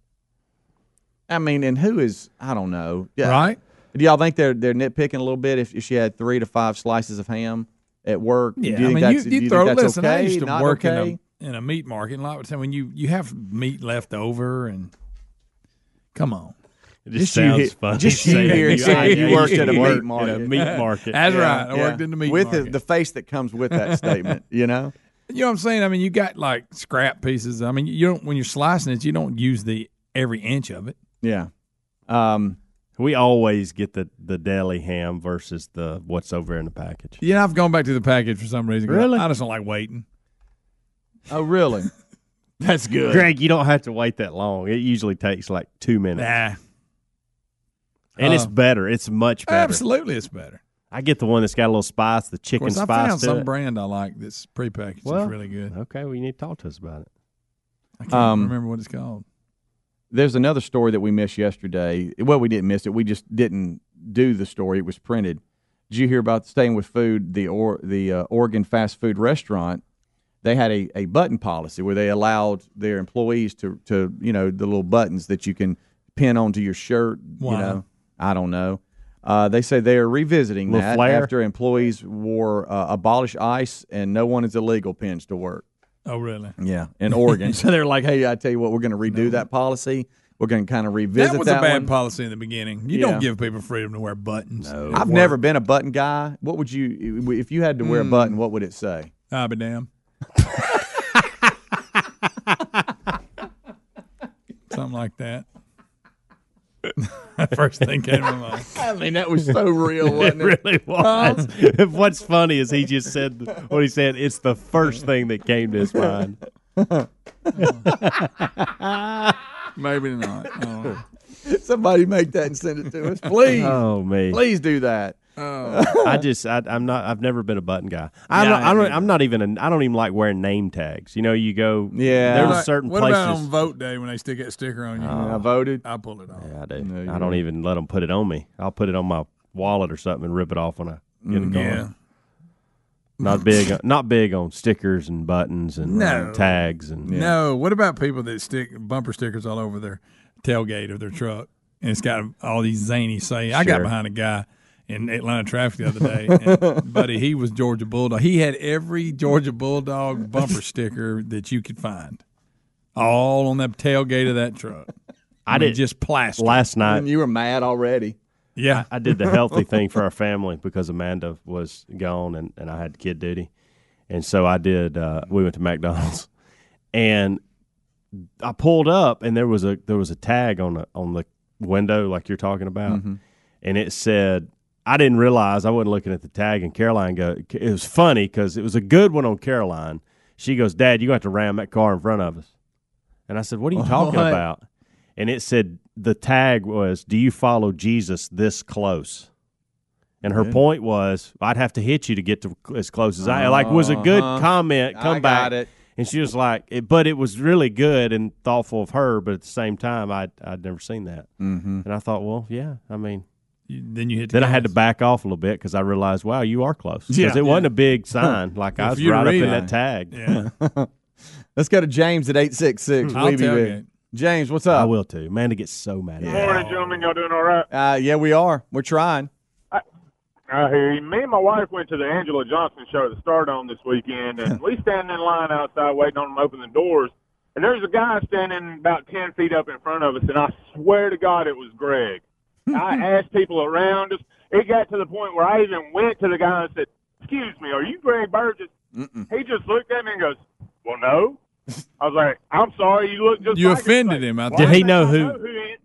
[SPEAKER 4] I mean, and who is I don't know. Yeah.
[SPEAKER 5] right?
[SPEAKER 4] Do y'all think they're they're nitpicking a little bit if, if she had three to five slices of ham at work?
[SPEAKER 5] Yeah,
[SPEAKER 4] do you think
[SPEAKER 5] I mean, you,
[SPEAKER 4] that's,
[SPEAKER 5] you,
[SPEAKER 4] do you
[SPEAKER 5] throw.
[SPEAKER 4] think that's
[SPEAKER 5] listen,
[SPEAKER 4] okay?
[SPEAKER 5] I used to
[SPEAKER 4] Not
[SPEAKER 5] work
[SPEAKER 4] okay?
[SPEAKER 5] in a in a meat market, and a lot of the time when you you have meat left over, and come on,
[SPEAKER 6] It
[SPEAKER 4] Just you he- just you
[SPEAKER 6] saying
[SPEAKER 4] here saying you worked at a meat
[SPEAKER 6] work
[SPEAKER 4] market.
[SPEAKER 6] a meat market.
[SPEAKER 5] that's
[SPEAKER 4] Yeah,
[SPEAKER 5] right. I worked
[SPEAKER 4] yeah.
[SPEAKER 5] in the meat
[SPEAKER 4] with
[SPEAKER 5] market.
[SPEAKER 4] The, the face that comes with that statement. You know,
[SPEAKER 5] You know what I'm saying? I mean, you got like scrap pieces. I mean, you don't when you're slicing it, you don't use the every inch of it.
[SPEAKER 4] yeah. Um,
[SPEAKER 6] We always get the the deli ham versus the what's over in the package.
[SPEAKER 5] You know, I've gone back to the package for some reason. 'cause
[SPEAKER 6] Really?
[SPEAKER 5] I just don't like waiting.
[SPEAKER 4] oh, really? that's good.
[SPEAKER 6] Greg, you don't have to wait that long. It usually takes like two minutes,
[SPEAKER 5] Nah,
[SPEAKER 6] and it's
[SPEAKER 5] Uh,
[SPEAKER 6] better. It's much better.
[SPEAKER 5] absolutely, it's better.
[SPEAKER 6] I get the one that's got a little spice, the
[SPEAKER 5] Of
[SPEAKER 6] chicken
[SPEAKER 5] course, I
[SPEAKER 6] spice.
[SPEAKER 5] found
[SPEAKER 6] to
[SPEAKER 5] some
[SPEAKER 6] it.
[SPEAKER 5] brand I like that's prepackaged.
[SPEAKER 6] Well,
[SPEAKER 5] it's really good.
[SPEAKER 6] Okay, well, you need to talk to us about it.
[SPEAKER 5] I can't
[SPEAKER 4] um,
[SPEAKER 5] remember what it's called.
[SPEAKER 4] There's another story that we missed yesterday. Well, we didn't miss it. We just didn't do the story. It was printed. Did you hear about staying with food? The or the uh, Oregon fast food restaurant they had a, a button policy where they allowed their employees to to you know the little buttons that you can pin onto your shirt. You
[SPEAKER 5] Why?
[SPEAKER 4] know, I don't know. Uh, they say they are revisiting
[SPEAKER 6] Little
[SPEAKER 4] that
[SPEAKER 6] flare?
[SPEAKER 4] after employees wore uh, abolish ice and no one is illegal pins to work.
[SPEAKER 5] Oh, really?
[SPEAKER 4] Yeah, in Oregon. so they're like, hey, I tell you what, we're going to redo that policy. We're going to kind of revisit
[SPEAKER 5] that was a bad
[SPEAKER 4] one.
[SPEAKER 5] policy in the beginning. You
[SPEAKER 4] Yeah.
[SPEAKER 5] don't give people freedom to wear buttons. No.
[SPEAKER 4] I've never been a button guy. What would you, if you had to
[SPEAKER 5] Hmm.
[SPEAKER 4] wear a button, what would it say?
[SPEAKER 5] I'll be damned. Something like that. First thing came to mind.
[SPEAKER 4] I mean, that was so real, wasn't it?
[SPEAKER 6] really
[SPEAKER 5] Um,
[SPEAKER 6] was. What's funny is he just said what he said. It's the first thing that came to his mind.
[SPEAKER 5] Maybe not. I don't know.
[SPEAKER 4] Somebody make that and send it to us, please.
[SPEAKER 6] Oh me,
[SPEAKER 4] please do that.
[SPEAKER 6] I just I, I'm not. I've never been a button guy. I'm
[SPEAKER 5] Yeah,
[SPEAKER 6] not.
[SPEAKER 5] I
[SPEAKER 6] I'm not,
[SPEAKER 5] haven't
[SPEAKER 6] I'm not even. A, I don't even like wearing name tags. You know, you go.
[SPEAKER 4] Yeah.
[SPEAKER 6] there
[SPEAKER 4] What
[SPEAKER 6] are
[SPEAKER 5] Like,
[SPEAKER 6] certain
[SPEAKER 5] what about on
[SPEAKER 6] places.
[SPEAKER 5] vote day when they stick that sticker on you?
[SPEAKER 4] I voted.
[SPEAKER 5] I pull it off.
[SPEAKER 6] Yeah, I do.
[SPEAKER 4] No, you
[SPEAKER 6] I don't
[SPEAKER 4] don't.
[SPEAKER 6] even let them put it on me. I'll put it on my wallet or something and rip it off when I get a car.
[SPEAKER 5] Yeah.
[SPEAKER 6] Not big. uh, Not big on stickers and buttons and uh,
[SPEAKER 5] No.
[SPEAKER 6] tags and
[SPEAKER 5] No. What about people that stick bumper stickers all over their tailgate of their truck? And it's got all these zany sayings. I got
[SPEAKER 6] Sure.
[SPEAKER 5] behind a guy in Atlanta traffic the other day, and, buddy. He was Georgia Bulldog. He had every Georgia Bulldog bumper sticker that you could find, all on the tailgate of that truck.
[SPEAKER 6] I
[SPEAKER 5] mean,
[SPEAKER 6] did just
[SPEAKER 5] just plaster.
[SPEAKER 6] last night.
[SPEAKER 4] And you were mad already.
[SPEAKER 5] yeah.
[SPEAKER 6] I did the healthy thing for our family because Amanda was gone and, and I had kid duty. And so I did, uh, we went to McDonald's and I pulled up and there was a, there was a tag on the, on the window, like you're talking about.
[SPEAKER 4] Mm-hmm.
[SPEAKER 6] And it said, I didn't realize I wasn't looking at the tag and Caroline go, it was funny cause it was a good one on Caroline. She goes, dad, you got to ram that car in front of us. And I said, what are you talking
[SPEAKER 4] What?
[SPEAKER 6] about? and it said the tag was do you follow jesus this close and her point was i'd have to hit you to get to as close as i like was a good
[SPEAKER 4] Uh-huh.
[SPEAKER 6] comment
[SPEAKER 4] I
[SPEAKER 6] come back
[SPEAKER 4] got it.
[SPEAKER 6] and she was like it, but it was really good and thoughtful of her but at the same time i i'd never seen that
[SPEAKER 4] Mm-hmm.
[SPEAKER 6] and i thought well yeah i mean
[SPEAKER 5] You- then you hit. The
[SPEAKER 6] then i had to
[SPEAKER 5] gas.
[SPEAKER 6] back off a little bit because i realized wow you are close because
[SPEAKER 4] Yeah.
[SPEAKER 6] it wasn't a big sign like i
[SPEAKER 5] If
[SPEAKER 6] was
[SPEAKER 5] you'd
[SPEAKER 6] right up
[SPEAKER 5] read
[SPEAKER 6] in
[SPEAKER 5] it.
[SPEAKER 6] that tag
[SPEAKER 5] Yeah.
[SPEAKER 4] Let's go to James at eight six six.
[SPEAKER 5] Hmm. I'll
[SPEAKER 4] Weeby
[SPEAKER 5] tailgate.
[SPEAKER 4] James, what's
[SPEAKER 6] i
[SPEAKER 4] up?
[SPEAKER 6] will too amanda gets so mad at
[SPEAKER 9] Good
[SPEAKER 6] me.
[SPEAKER 9] morning, gentlemen. Y'all doing all right?
[SPEAKER 4] Uh, yeah, we are. We're trying.
[SPEAKER 9] I hear you. Uh, Me and my wife went to the Angela Johnson show at the Stardome this weekend, and we standing in line outside waiting on them to open the doors. And there's a guy standing about 10 feet up in front of us, and I swear to God it was Greg. I asked people around us. It got to the point where I even went to the guy and said, Excuse me, are you Greg Burgess? He just looked at me and goes, Well, no. I was like, I'm sorry, you look just
[SPEAKER 5] You
[SPEAKER 9] like
[SPEAKER 5] offended
[SPEAKER 9] He's
[SPEAKER 5] him, I
[SPEAKER 9] "Well,
[SPEAKER 5] think."
[SPEAKER 6] Did he
[SPEAKER 9] think
[SPEAKER 6] know
[SPEAKER 9] I
[SPEAKER 6] who-
[SPEAKER 9] he is."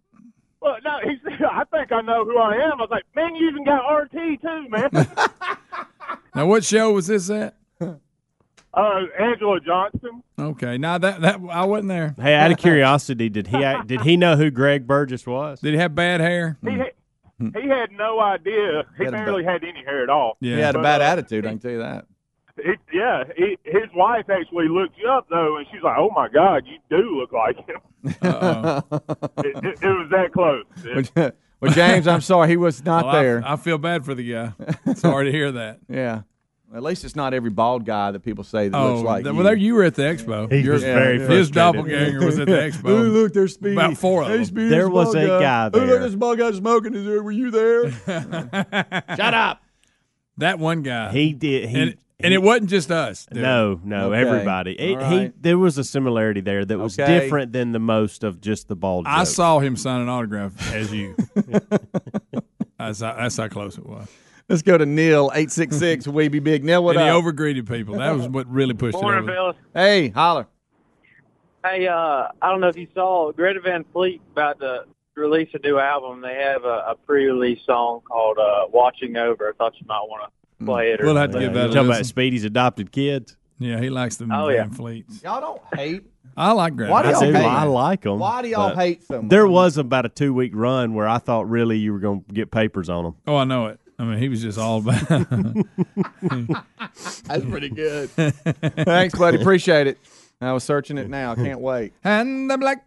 [SPEAKER 9] Well, no, he said, I think I know who I am. I was like, man, you even got RT too, man.
[SPEAKER 5] Now, what show was this at?
[SPEAKER 9] uh, Angela Johnson.
[SPEAKER 5] Okay. Now that that I wasn't there.
[SPEAKER 6] hey out of curiosity did he did he know who greg burgess was
[SPEAKER 5] Did he have bad hair?
[SPEAKER 9] He had, he had no idea. He
[SPEAKER 4] Had a
[SPEAKER 9] barely had any hair at all.
[SPEAKER 5] Yeah.
[SPEAKER 4] He had a
[SPEAKER 9] But,
[SPEAKER 4] bad
[SPEAKER 9] uh,
[SPEAKER 4] attitude. I can tell you that.
[SPEAKER 9] He, yeah, he, his wife actually looked you up though, and she's like, "Oh my God, you do look like him."
[SPEAKER 5] Uh-oh.
[SPEAKER 9] It, it, it was that close. It-
[SPEAKER 4] well, James, I'm sorry he was not
[SPEAKER 5] Well, I-
[SPEAKER 4] there.
[SPEAKER 5] I, feel bad for the guy. Sorry to hear that.
[SPEAKER 4] yeah. At least it's not every bald guy that people say that
[SPEAKER 5] Oh,
[SPEAKER 4] looks like
[SPEAKER 5] th-
[SPEAKER 4] you.
[SPEAKER 5] well, there you were at the expo.
[SPEAKER 10] He
[SPEAKER 5] Your-
[SPEAKER 10] was very
[SPEAKER 5] His
[SPEAKER 10] frustrated.
[SPEAKER 5] doppelganger was at the expo.
[SPEAKER 4] Ooh, look, there's Speedy.
[SPEAKER 5] About four of
[SPEAKER 4] Hey,
[SPEAKER 5] them.
[SPEAKER 4] Speedy,
[SPEAKER 6] There
[SPEAKER 4] this
[SPEAKER 6] was
[SPEAKER 4] bald
[SPEAKER 6] a guy
[SPEAKER 4] Ooh,
[SPEAKER 6] there.
[SPEAKER 4] look, this bald guy smoking. Is there? Were you there?
[SPEAKER 6] Shut up.
[SPEAKER 5] That one guy.
[SPEAKER 6] He did. He,
[SPEAKER 5] and, and it wasn't just us. dude.
[SPEAKER 6] No, no,
[SPEAKER 4] Okay.
[SPEAKER 6] everybody. It,
[SPEAKER 4] All
[SPEAKER 6] He
[SPEAKER 4] right.
[SPEAKER 6] there was a similarity there that was
[SPEAKER 4] Okay.
[SPEAKER 6] different than the most of just the bald.
[SPEAKER 5] I
[SPEAKER 6] joke.
[SPEAKER 5] saw him sign an autograph as you. that's, how, that's how close it was.
[SPEAKER 4] Let's go to Neil eight six six Weeby Big. Neil, what
[SPEAKER 5] and he
[SPEAKER 4] up?
[SPEAKER 5] overgreeted people. That was what really pushed
[SPEAKER 9] Morning,
[SPEAKER 5] it over.
[SPEAKER 9] fellas.
[SPEAKER 4] hey, holler.
[SPEAKER 9] Hey, uh, I don't know if you saw Greta Van Fleet about to release a new album. They have a, a pre-release song called uh, "Watching Over." I thought you might want to play it. Or
[SPEAKER 5] Mm. We'll have to
[SPEAKER 9] something.
[SPEAKER 5] give
[SPEAKER 6] You
[SPEAKER 5] that a
[SPEAKER 6] talking about
[SPEAKER 5] listen.
[SPEAKER 6] Speedy's adopted kids?
[SPEAKER 5] Yeah, he likes them
[SPEAKER 9] Oh,
[SPEAKER 5] damn
[SPEAKER 9] yeah.
[SPEAKER 5] fleets.
[SPEAKER 4] Y'all don't hate.
[SPEAKER 5] I like
[SPEAKER 4] Why do
[SPEAKER 5] Greta.
[SPEAKER 4] y'all
[SPEAKER 6] I do.
[SPEAKER 4] hate?
[SPEAKER 6] I like them.
[SPEAKER 4] Why do y'all hate so much?
[SPEAKER 6] There was about a two week run where I thought really you were going to get papers on them.
[SPEAKER 5] Oh, I know it. I mean, he was just all about.
[SPEAKER 4] That's pretty good. Thanks, buddy. Appreciate it. I was searching it now. I can't wait.
[SPEAKER 5] and I'm like,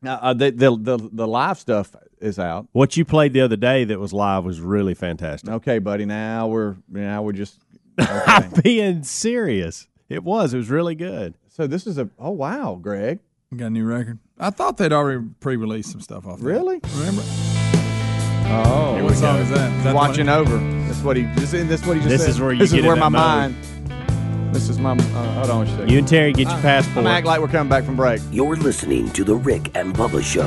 [SPEAKER 4] Now, uh, the, the the the live stuff is out.
[SPEAKER 6] What you played the other day that was live was really fantastic.
[SPEAKER 4] Okay, buddy. Now we're now we're just.
[SPEAKER 6] I'm
[SPEAKER 4] Okay.
[SPEAKER 6] being serious. It was. It was really good.
[SPEAKER 4] so this is a oh wow, Greg.
[SPEAKER 5] got a new record. I thought they'd already pre-released some stuff off. that.
[SPEAKER 4] Really?
[SPEAKER 5] Remember?
[SPEAKER 4] Oh,
[SPEAKER 5] what song is that? Is that the one-
[SPEAKER 4] watching over. That's what he. This, and that's what he just
[SPEAKER 6] This
[SPEAKER 4] said.
[SPEAKER 6] is where you
[SPEAKER 4] This
[SPEAKER 6] get
[SPEAKER 4] is
[SPEAKER 6] in
[SPEAKER 4] where my
[SPEAKER 6] that
[SPEAKER 4] mind.
[SPEAKER 6] mode.
[SPEAKER 4] This is my. Uh, hold on a second.
[SPEAKER 6] You and Terry get your
[SPEAKER 4] I'm
[SPEAKER 6] passport.
[SPEAKER 4] gonna act like we're coming back from break.
[SPEAKER 8] You're listening to The Rick and Bubba Show.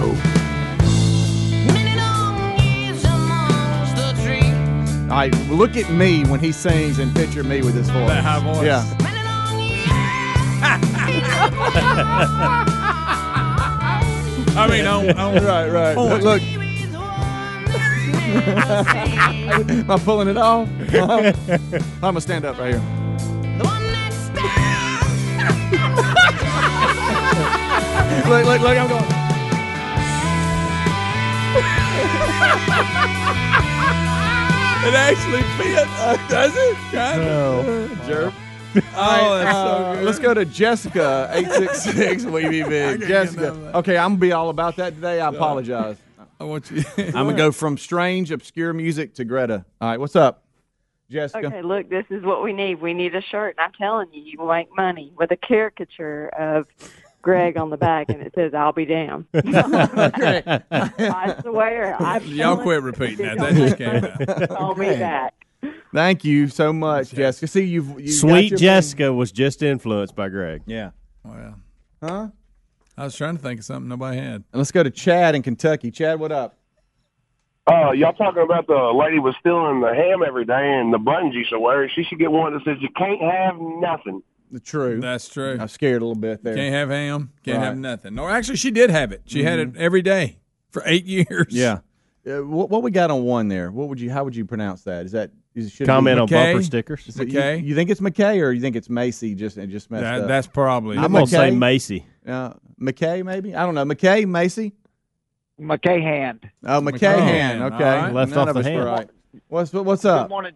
[SPEAKER 4] All right, look at me when he sings and picture me with this voice.
[SPEAKER 5] That high voice.
[SPEAKER 4] Yeah.
[SPEAKER 5] I mean, on, on,
[SPEAKER 4] Right, right. Look, look. Am I pulling it off? I'm gonna stand up right here. Look, look, look. I'm going.
[SPEAKER 5] it actually fits, does it? Kind of.
[SPEAKER 4] Jerk.
[SPEAKER 5] Oh, that's
[SPEAKER 4] Uh,
[SPEAKER 5] so good.
[SPEAKER 4] Let's go to Jessica eight six six. We be big.
[SPEAKER 5] get enough of
[SPEAKER 4] Jessica.
[SPEAKER 5] that.
[SPEAKER 4] Okay, I'm gonna be all about that today. I apologize.
[SPEAKER 5] I want you.
[SPEAKER 4] I'm gonna go from strange, obscure music to Greta. All right, what's up, Jessica?
[SPEAKER 9] Okay, look, this is what we need. We need a shirt, and I'm telling you, you will make money with a caricature of Greg on the back, and it says, "I'll be damned." I swear, I
[SPEAKER 5] Y'all quit repeating that. That just came out.
[SPEAKER 9] Call me back.
[SPEAKER 4] Thank you so much, Jessica. See you've you
[SPEAKER 6] Sweet Jessica was just influenced by Greg.
[SPEAKER 4] Yeah.
[SPEAKER 5] Well,
[SPEAKER 4] Huh?
[SPEAKER 5] I was trying to think of something nobody had.
[SPEAKER 4] And let's go to Chad in Kentucky. Chad, what up?
[SPEAKER 11] Uh, y'all talking about the lady was stealing the ham every day and the buns you should wear. She should get one that says you can't have nothing.
[SPEAKER 4] The true.
[SPEAKER 5] That's true.
[SPEAKER 4] I'm scared a little bit there.
[SPEAKER 5] Can't have ham. Can't have
[SPEAKER 4] Right.
[SPEAKER 5] nothing. No, actually, she did have it. She had it every day for eight years.
[SPEAKER 4] Yeah. Uh, what, what we got on one there? What would you? How would you pronounce that? Is that is, should it
[SPEAKER 6] Comment
[SPEAKER 4] be,
[SPEAKER 6] on
[SPEAKER 5] McKay?
[SPEAKER 6] bumper stickers.
[SPEAKER 4] Is it- you-
[SPEAKER 5] McKay?
[SPEAKER 4] You, think it's McKay or you think it's Macy? Just it just messed
[SPEAKER 5] That-
[SPEAKER 4] up.
[SPEAKER 5] that's probably.
[SPEAKER 6] I'm gonna say
[SPEAKER 4] McKay?
[SPEAKER 6] Macy.
[SPEAKER 4] uh, McKay, maybe I don't know. McKay, Macy.
[SPEAKER 9] McKay Hand.
[SPEAKER 4] Oh, McCahan.
[SPEAKER 5] McCahan,
[SPEAKER 4] Okay,
[SPEAKER 5] all right.
[SPEAKER 6] Left
[SPEAKER 4] None of
[SPEAKER 6] off the
[SPEAKER 4] us were
[SPEAKER 6] hand.
[SPEAKER 4] right. What's what's up?
[SPEAKER 9] Good morning.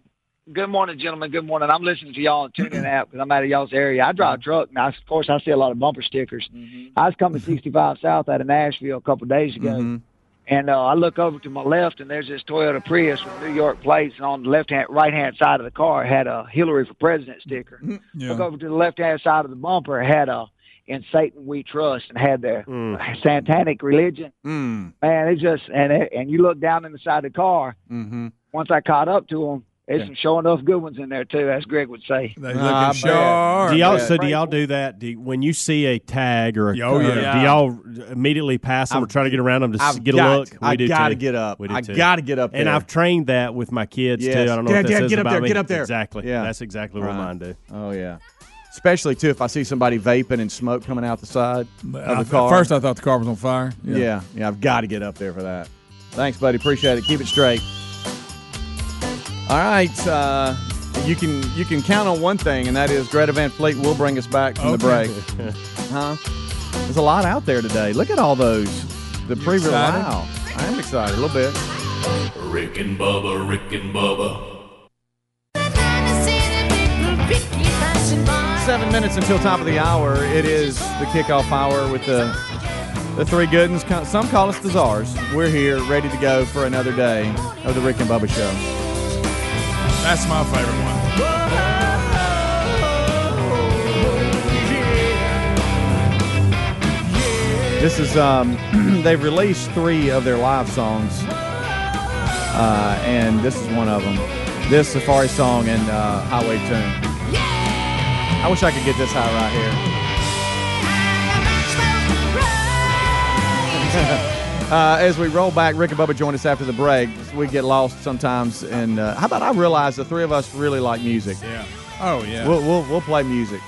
[SPEAKER 9] Good morning, gentlemen. Good morning. I'm listening to y'all and tuning out because I'm out of y'all's area. I
[SPEAKER 4] Mm-hmm.
[SPEAKER 9] drive a truck, and I, of course, I see a lot of bumper stickers. I was coming 65 South out of Nashville a couple of days ago,
[SPEAKER 4] Mm-hmm.
[SPEAKER 9] and uh, I look over to my left, and there's this Toyota Prius with New York plates, and on the left hand, right hand side of the car had a Hillary for President sticker.
[SPEAKER 4] Mm-hmm.
[SPEAKER 9] Look
[SPEAKER 5] Yeah.
[SPEAKER 9] over to the left hand side of the bumper had a "In Satan We Trust" and had the satanic religion.
[SPEAKER 4] Mm.
[SPEAKER 9] Man, it just and it, and you look down in the side of the car
[SPEAKER 4] Mm-hmm.
[SPEAKER 9] once I caught up to them, there's some sure enough good ones in there too, as Greg would say.
[SPEAKER 5] They
[SPEAKER 4] Nah, I
[SPEAKER 5] looking
[SPEAKER 4] bet.
[SPEAKER 5] sharp.
[SPEAKER 6] Do y'all,
[SPEAKER 4] Yeah.
[SPEAKER 6] so do y'all do that? Do you- when you see a tag or a
[SPEAKER 5] Oh,
[SPEAKER 6] or-
[SPEAKER 5] yeah.
[SPEAKER 6] do y'all immediately pass them or
[SPEAKER 4] I've-
[SPEAKER 6] try to get around them to s
[SPEAKER 4] I've
[SPEAKER 6] get
[SPEAKER 4] got,
[SPEAKER 6] a look?
[SPEAKER 4] I
[SPEAKER 6] do
[SPEAKER 4] gotta
[SPEAKER 6] too.
[SPEAKER 4] get up.
[SPEAKER 6] We do
[SPEAKER 4] I
[SPEAKER 6] too.
[SPEAKER 4] gotta get up.
[SPEAKER 6] And
[SPEAKER 4] there.
[SPEAKER 6] I've trained that with my kids
[SPEAKER 4] Yes.
[SPEAKER 6] too. I don't know
[SPEAKER 4] Dad,
[SPEAKER 6] what that
[SPEAKER 4] Dad,
[SPEAKER 6] says
[SPEAKER 4] get up
[SPEAKER 6] about
[SPEAKER 4] there,
[SPEAKER 6] me.
[SPEAKER 4] get up there.
[SPEAKER 6] Exactly.
[SPEAKER 4] Yeah.
[SPEAKER 6] That's exactly
[SPEAKER 4] Right.
[SPEAKER 6] what mine do.
[SPEAKER 4] Oh yeah. Especially too if I see somebody vaping and smoke coming out the side
[SPEAKER 5] I-
[SPEAKER 4] of
[SPEAKER 5] at
[SPEAKER 4] the car.
[SPEAKER 5] first, I thought the car was on fire.
[SPEAKER 4] yeah. yeah, I've got to get up there for that. Thanks, buddy. Appreciate it. Keep it straight. All right, uh, you can you can count on one thing, and that is Greta Van Fleet will bring us back from
[SPEAKER 5] Okay.
[SPEAKER 4] the break. huh? There's a lot out there today. Look at all those. The pre release
[SPEAKER 5] excited?
[SPEAKER 4] Wow, I am excited a little bit.
[SPEAKER 12] Rick and Bubba, Rick and Bubba.
[SPEAKER 4] Seven minutes until top of the hour. It is the kickoff hour with the the three good ones. Some call us the czars. We're here, ready to go for another day of the Rick and Bubba Show.
[SPEAKER 5] That's my favorite one.
[SPEAKER 4] This is um, they've released three of their live songs, uh, and this is one of them. This Safari song and uh, Highway tune. I wish I could get this high right here. uh, as we roll back, Rick and Bubba join us after the break. We get lost sometimes, and uh, how about I realize the three of us really like music.
[SPEAKER 5] Yeah. Oh yeah.
[SPEAKER 4] We'll we'll, we'll play music,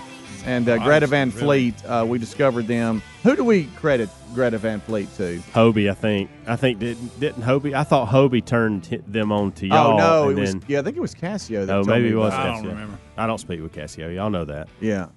[SPEAKER 4] and uh, Greta Van
[SPEAKER 5] really.
[SPEAKER 4] Fleet. Uh, we discovered them. Who do we credit Greta Van Fleet to?
[SPEAKER 6] Hobie, I think. I think didn't didn't Hobie. I thought Hobie turned t- them on to y'all.
[SPEAKER 4] oh no, it
[SPEAKER 6] and
[SPEAKER 4] was
[SPEAKER 6] then-
[SPEAKER 4] yeah. I think it was Casio. That
[SPEAKER 6] Oh,
[SPEAKER 4] told
[SPEAKER 6] maybe
[SPEAKER 4] me
[SPEAKER 6] it was.
[SPEAKER 4] about
[SPEAKER 5] I don't
[SPEAKER 6] Casio.
[SPEAKER 5] remember.
[SPEAKER 6] I don't speak with Casio. Y'all know that.
[SPEAKER 4] Yeah.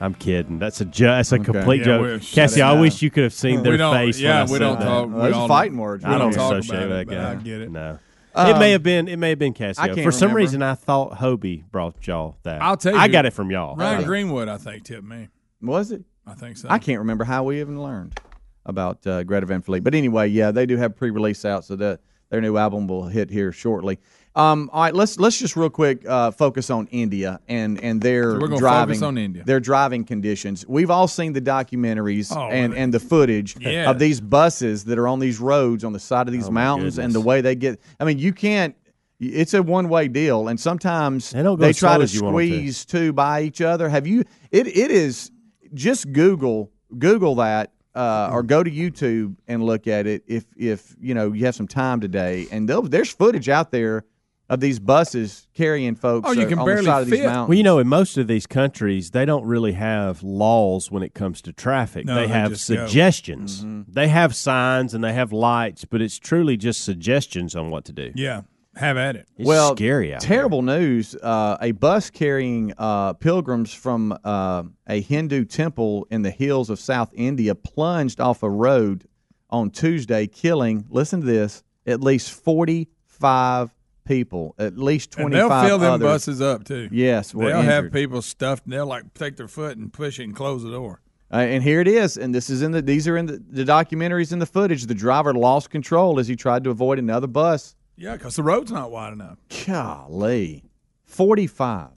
[SPEAKER 6] I'm kidding. That's a ju- that's a complete
[SPEAKER 5] Yeah, we're-
[SPEAKER 6] joke. Casio, I wish you could have seen
[SPEAKER 5] We
[SPEAKER 6] their
[SPEAKER 5] don't-
[SPEAKER 6] face. when
[SPEAKER 5] yeah,
[SPEAKER 6] I
[SPEAKER 5] we
[SPEAKER 6] said
[SPEAKER 5] don't
[SPEAKER 6] that.
[SPEAKER 5] talk-
[SPEAKER 4] it.
[SPEAKER 5] we
[SPEAKER 4] Uh, those
[SPEAKER 5] all-
[SPEAKER 4] are fighting words.
[SPEAKER 5] we
[SPEAKER 6] I
[SPEAKER 5] don't
[SPEAKER 6] don't
[SPEAKER 5] talk about
[SPEAKER 6] associate
[SPEAKER 5] it,
[SPEAKER 6] with that
[SPEAKER 5] but
[SPEAKER 6] guy.
[SPEAKER 5] I get it.
[SPEAKER 6] No.
[SPEAKER 4] Um,
[SPEAKER 6] it may have been. It may have been Casio.
[SPEAKER 4] I can't
[SPEAKER 6] For some
[SPEAKER 4] remember.
[SPEAKER 6] reason, I thought Hobie brought y'all that.
[SPEAKER 5] I'll tell you.
[SPEAKER 6] I got it from y'all.
[SPEAKER 5] Ryan
[SPEAKER 6] So-
[SPEAKER 5] Greenwood, I think, tipped me.
[SPEAKER 4] Was it?
[SPEAKER 5] I think so.
[SPEAKER 4] I can't remember how we even learned about uh, Greta Van Fleet. But anyway, yeah, they do have pre-release out, so that their new album will hit here shortly. Um, all right, let's let's just real quick uh, focus on India and and their
[SPEAKER 5] So we're gonna
[SPEAKER 4] driving
[SPEAKER 5] focus on India.
[SPEAKER 4] their driving conditions. We've all seen the documentaries
[SPEAKER 5] Oh,
[SPEAKER 4] and
[SPEAKER 5] really?
[SPEAKER 4] and the footage
[SPEAKER 5] Yeah. Oh,
[SPEAKER 4] of these buses that are on these roads on the side of these
[SPEAKER 6] my
[SPEAKER 4] mountains and
[SPEAKER 6] goodness.
[SPEAKER 4] the way they get. I mean, you can't. It's a one-way deal, and sometimes
[SPEAKER 6] They don't go as
[SPEAKER 4] try
[SPEAKER 6] slow
[SPEAKER 4] to
[SPEAKER 6] as you want 'em to.
[SPEAKER 4] squeeze these two by each other? Have you? It it is just Google Google that uh,
[SPEAKER 5] Mm-hmm.
[SPEAKER 4] or go to YouTube and look at it if if you know you have some time today. And they'll- there's footage out there of these buses carrying folks.
[SPEAKER 5] Oh, you
[SPEAKER 4] uh,
[SPEAKER 5] can
[SPEAKER 4] on
[SPEAKER 5] barely
[SPEAKER 4] the side of these
[SPEAKER 5] fit.
[SPEAKER 4] mountains.
[SPEAKER 6] Well, you know, in most of these countries, they don't really have laws when it comes to traffic.
[SPEAKER 5] No,
[SPEAKER 6] they,
[SPEAKER 5] they
[SPEAKER 6] have
[SPEAKER 5] just go. Mm-hmm.
[SPEAKER 6] suggestions. They have signs and they have lights, but it's truly just suggestions on what to do.
[SPEAKER 5] Yeah. Have at it.
[SPEAKER 6] It's
[SPEAKER 4] well,
[SPEAKER 6] scary out there.
[SPEAKER 4] terrible news. Uh, a bus carrying uh, pilgrims from uh, a Hindu temple in the hills of South India plunged off a road on Tuesday, killing, listen to this, at least 45 people, at least
[SPEAKER 5] And
[SPEAKER 4] 25
[SPEAKER 5] they'll fill them
[SPEAKER 4] others.
[SPEAKER 5] buses up too.
[SPEAKER 4] Yes, were
[SPEAKER 5] They'll have
[SPEAKER 4] injured.
[SPEAKER 5] people stuffed. and They'll like take their foot and push it and close the door.
[SPEAKER 4] Uh, and here it is, and this is in the these are in the, the documentaries in the footage. The driver lost control as he tried to avoid another bus.
[SPEAKER 5] Yeah, because the road's not wide enough.
[SPEAKER 4] Golly, 45.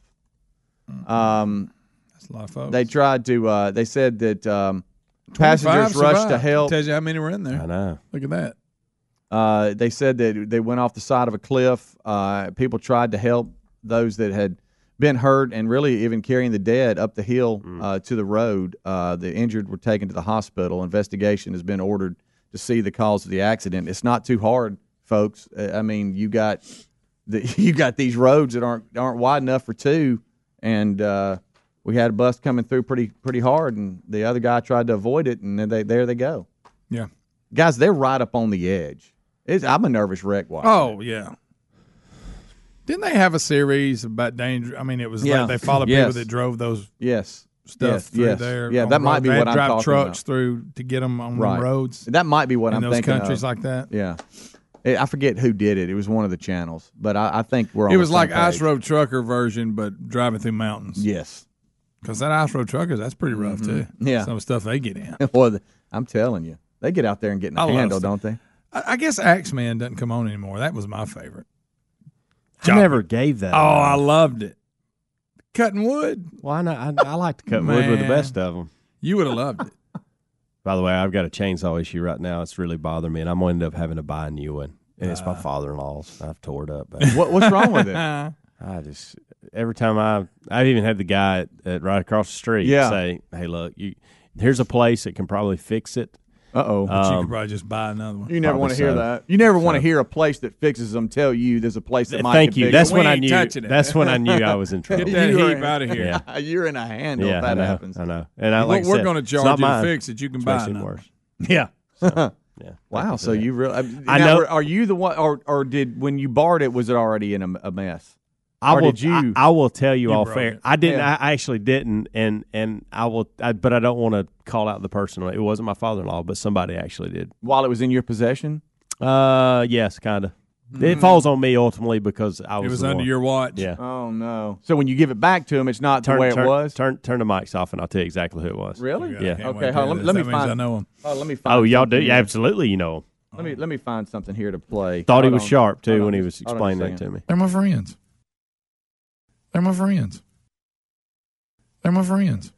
[SPEAKER 4] Um,
[SPEAKER 5] That's a lot of folks.
[SPEAKER 4] They tried to. Uh, they said that um, passengers
[SPEAKER 5] 25
[SPEAKER 4] rushed to
[SPEAKER 5] survived.
[SPEAKER 4] help.
[SPEAKER 5] Tells you how many were in there.
[SPEAKER 6] I know.
[SPEAKER 5] Look at that.
[SPEAKER 4] Uh, they said that they went off the side of a cliff. Uh, people tried to help those that had been hurt, and really even carrying the dead up the hill uh, to the road. Uh, the injured were taken to the hospital. Investigation has been ordered to see the cause of the accident. It's not too hard, folks. Uh, I mean, you got the, you got these roads that aren't aren't wide enough for two, and uh, we had a bus coming through pretty pretty hard, and the other guy tried to avoid it, and then they there they go
[SPEAKER 5] Yeah.
[SPEAKER 4] guys, they're right up on the edge. It's, I'm a nervous wreck watching.
[SPEAKER 5] Oh yeah. Didn't they have a series about danger? I mean, it was
[SPEAKER 4] Yeah.
[SPEAKER 5] like they followed
[SPEAKER 4] Yes.
[SPEAKER 5] people that drove those
[SPEAKER 4] yes,
[SPEAKER 5] stuff
[SPEAKER 4] yes,
[SPEAKER 5] through
[SPEAKER 4] yes.
[SPEAKER 5] there.
[SPEAKER 4] Yeah,
[SPEAKER 5] on
[SPEAKER 4] that might
[SPEAKER 5] road.
[SPEAKER 4] be
[SPEAKER 5] they had
[SPEAKER 4] what
[SPEAKER 5] to
[SPEAKER 4] I'm
[SPEAKER 5] drive
[SPEAKER 4] talking
[SPEAKER 5] trucks
[SPEAKER 4] about.
[SPEAKER 5] through to get them on
[SPEAKER 4] Right.
[SPEAKER 5] the roads
[SPEAKER 4] That might be what
[SPEAKER 5] in
[SPEAKER 4] I'm
[SPEAKER 5] those
[SPEAKER 4] thinking.
[SPEAKER 5] countries
[SPEAKER 4] of.
[SPEAKER 5] like that.
[SPEAKER 4] yeah, It- I forget who did it. It was one of the channels, but I, I think we're. on
[SPEAKER 5] It
[SPEAKER 4] the
[SPEAKER 5] was
[SPEAKER 4] same
[SPEAKER 5] like
[SPEAKER 4] page.
[SPEAKER 5] ice road trucker version, but driving through mountains.
[SPEAKER 4] Yes.
[SPEAKER 5] Because that ice road truckers, that's pretty rough too.
[SPEAKER 6] Mm-hmm.
[SPEAKER 4] Yeah.
[SPEAKER 5] some stuff they get in.
[SPEAKER 4] well, th- I'm telling you, they get out there and get in
[SPEAKER 5] I
[SPEAKER 4] a
[SPEAKER 5] love
[SPEAKER 4] handle, don't
[SPEAKER 5] stuff.
[SPEAKER 4] they?
[SPEAKER 5] I, I guess Axeman doesn't come on anymore. That was my favorite.
[SPEAKER 6] I never gave that.
[SPEAKER 5] Oh, I
[SPEAKER 6] up.
[SPEAKER 5] loved it. Cutting wood,
[SPEAKER 6] well, I, know, I, I like to cut wood with
[SPEAKER 5] Man.
[SPEAKER 6] the best of them.
[SPEAKER 5] you would have loved it.
[SPEAKER 6] By the way, I've got a chainsaw issue right now. It's really bothering me, and I'm gonna end up having to buy a new one. And it's my
[SPEAKER 5] Uh.
[SPEAKER 6] father-in-law's. I've tore it up. but-
[SPEAKER 4] What, what's wrong with it?
[SPEAKER 6] I just every time I I've even had the guy at, at right across the street
[SPEAKER 4] Yeah.
[SPEAKER 6] say, "Hey, look, you here's a place that can probably fix it."
[SPEAKER 4] Uh oh.
[SPEAKER 5] But you
[SPEAKER 6] Um,
[SPEAKER 5] could probably just buy another one.
[SPEAKER 4] you never want to
[SPEAKER 6] probably
[SPEAKER 4] hear
[SPEAKER 6] so.
[SPEAKER 4] that. You never want to hear a place that fixes them tell you there's a place that might.
[SPEAKER 6] Thank
[SPEAKER 4] can
[SPEAKER 6] you.
[SPEAKER 4] fix
[SPEAKER 6] That's
[SPEAKER 4] them.
[SPEAKER 5] We
[SPEAKER 6] when I
[SPEAKER 5] ain't
[SPEAKER 6] knew.
[SPEAKER 5] touching it.
[SPEAKER 6] That's when I knew I was in trouble.
[SPEAKER 5] Get that
[SPEAKER 4] You are-
[SPEAKER 5] heap out of here.
[SPEAKER 6] Yeah.
[SPEAKER 4] You're in a handle
[SPEAKER 6] yeah,
[SPEAKER 4] if
[SPEAKER 6] I
[SPEAKER 4] that
[SPEAKER 6] know.
[SPEAKER 4] happens.
[SPEAKER 6] I know. And I
[SPEAKER 5] Look,
[SPEAKER 6] like I
[SPEAKER 5] we're
[SPEAKER 6] said,
[SPEAKER 5] going to
[SPEAKER 6] it's
[SPEAKER 5] charge
[SPEAKER 6] not
[SPEAKER 5] you
[SPEAKER 6] mine.
[SPEAKER 5] to fix it. You can
[SPEAKER 6] It's
[SPEAKER 5] buy
[SPEAKER 6] makes it
[SPEAKER 5] another.
[SPEAKER 6] worse.
[SPEAKER 5] Yeah.
[SPEAKER 6] Yeah.
[SPEAKER 4] Wow.
[SPEAKER 6] Thank
[SPEAKER 4] So
[SPEAKER 6] for that.
[SPEAKER 4] you really? I,
[SPEAKER 6] I
[SPEAKER 4] now,
[SPEAKER 6] know-
[SPEAKER 4] were- Are you the one, or or did when you borrowed it, was it already in a, a mess?
[SPEAKER 6] I
[SPEAKER 4] or
[SPEAKER 6] will.
[SPEAKER 4] did you-
[SPEAKER 6] I, I will tell you, all
[SPEAKER 5] broke
[SPEAKER 6] fair.
[SPEAKER 5] it.
[SPEAKER 6] I didn't.
[SPEAKER 4] Yeah.
[SPEAKER 6] I actually didn't. And and I will. I, but I don't want to call out the person. It wasn't my father-in-law, but somebody actually did.
[SPEAKER 4] While it was in your possession?
[SPEAKER 6] Uh, yes, kind of.
[SPEAKER 4] Hmm.
[SPEAKER 6] It falls on me ultimately because I was.
[SPEAKER 5] It was
[SPEAKER 6] the
[SPEAKER 5] under
[SPEAKER 6] one.
[SPEAKER 5] your watch.
[SPEAKER 6] Yeah.
[SPEAKER 4] Oh no! So when you give it back to him, it's not
[SPEAKER 6] turn,
[SPEAKER 4] the way
[SPEAKER 6] turn,
[SPEAKER 4] it was.
[SPEAKER 6] Turn turn the mics off, and I'll tell you exactly who it was.
[SPEAKER 4] Really?
[SPEAKER 5] God, I can't
[SPEAKER 4] Okay.
[SPEAKER 5] wait to
[SPEAKER 4] Hold,
[SPEAKER 5] hear
[SPEAKER 4] let,
[SPEAKER 5] this.
[SPEAKER 4] let me
[SPEAKER 5] That means
[SPEAKER 4] find.
[SPEAKER 5] I know him.
[SPEAKER 4] Oh, let me find.
[SPEAKER 6] Oh, y'all do?
[SPEAKER 4] something
[SPEAKER 6] Yeah,
[SPEAKER 4] here.
[SPEAKER 6] absolutely. You know him.
[SPEAKER 4] Let me let me find something here to play.
[SPEAKER 6] Thought he
[SPEAKER 4] Hold
[SPEAKER 6] was
[SPEAKER 4] on.
[SPEAKER 6] sharp too
[SPEAKER 4] Hold on
[SPEAKER 6] when he
[SPEAKER 4] just-
[SPEAKER 6] was
[SPEAKER 4] hold on
[SPEAKER 6] explaining
[SPEAKER 4] just a
[SPEAKER 6] that to
[SPEAKER 4] second.
[SPEAKER 6] me.
[SPEAKER 5] They're my friends. They're my friends. They're my friends.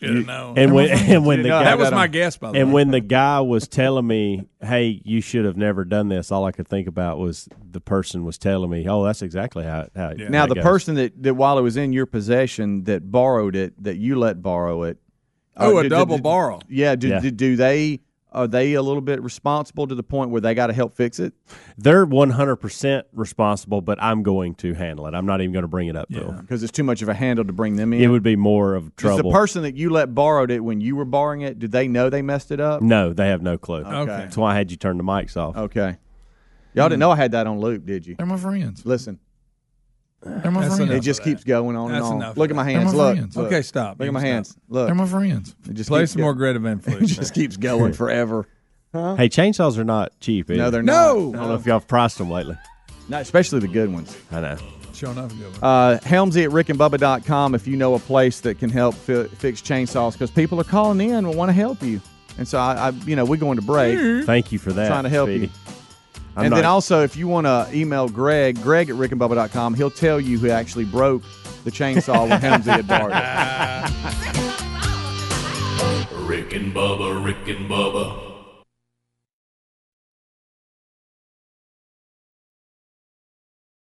[SPEAKER 5] Should've known.
[SPEAKER 6] And when and when
[SPEAKER 5] Should've
[SPEAKER 6] the
[SPEAKER 5] known.
[SPEAKER 6] guy,
[SPEAKER 5] That was my guess, by the
[SPEAKER 6] and
[SPEAKER 5] way.
[SPEAKER 6] when the guy was telling me, "Hey, you should have never done this," all I could think about was the person was telling me, "Oh, that's exactly how." it- how it-
[SPEAKER 4] Now
[SPEAKER 6] that
[SPEAKER 4] the
[SPEAKER 6] goes."
[SPEAKER 4] person that, that while it was in your possession that borrowed it, that you let borrow it. uh,
[SPEAKER 5] Oh, a
[SPEAKER 4] did-
[SPEAKER 5] double
[SPEAKER 4] did-
[SPEAKER 5] borrow.
[SPEAKER 4] Yeah. Do,
[SPEAKER 6] Yeah.
[SPEAKER 4] Do, do they are they a little bit responsible to the point where they got to help fix it?
[SPEAKER 6] they're one hundred percent responsible, but I'm going to handle it. I'm not even going to bring it up to them.
[SPEAKER 4] Because it's too much of a handle to bring them in.
[SPEAKER 6] It would be more of
[SPEAKER 4] Does the
[SPEAKER 6] trouble.
[SPEAKER 4] person that you let borrowed it when you were borrowing it, did they know they messed it up?
[SPEAKER 6] no, they have no clue.
[SPEAKER 4] Okay.
[SPEAKER 6] that's why I had you turn the mics off.
[SPEAKER 4] Okay. Y'all didn't know I had that on loop, did you?
[SPEAKER 5] They're my friends.
[SPEAKER 4] Listen,
[SPEAKER 5] They're my
[SPEAKER 4] it
[SPEAKER 5] friends.
[SPEAKER 4] just keeps going on
[SPEAKER 5] That's
[SPEAKER 4] and on.
[SPEAKER 5] enough.
[SPEAKER 4] Look at my
[SPEAKER 5] They're my
[SPEAKER 4] hands. Look.
[SPEAKER 5] friends.
[SPEAKER 4] Look.
[SPEAKER 5] Okay, stop.
[SPEAKER 4] Look at
[SPEAKER 5] You
[SPEAKER 4] my
[SPEAKER 5] can
[SPEAKER 4] hands.
[SPEAKER 5] stop.
[SPEAKER 4] Look.
[SPEAKER 5] They're my friends.
[SPEAKER 4] It just
[SPEAKER 5] Play
[SPEAKER 4] keeps
[SPEAKER 5] some more
[SPEAKER 4] go-
[SPEAKER 5] Greta Van Fleet.
[SPEAKER 4] It just keeps going forever.
[SPEAKER 6] Hey, chainsaws are not cheap. Either.
[SPEAKER 4] Oh. No, they're
[SPEAKER 5] No!
[SPEAKER 6] I
[SPEAKER 4] not.
[SPEAKER 6] don't know if y'all have priced them lately.
[SPEAKER 4] Not especially the good ones.
[SPEAKER 6] I know.
[SPEAKER 5] Show enough good one.
[SPEAKER 4] Uh, Helmsy at rickandbubba.com if you know a place that can help fi- fix chainsaws because people are calling in and want to help you. And so, I, I you know, we're going to break.
[SPEAKER 5] Mm-hmm.
[SPEAKER 6] Thank you for that.
[SPEAKER 4] Trying to help
[SPEAKER 6] Speedy.
[SPEAKER 4] you.
[SPEAKER 6] I'm
[SPEAKER 4] and
[SPEAKER 6] not-
[SPEAKER 4] then also, if you want to email Greg, Greg at rickandbubba.com, he'll tell you who actually broke the chainsaw when Helmsy had borrowed it.
[SPEAKER 8] Rick and Bubba, Rick and Bubba.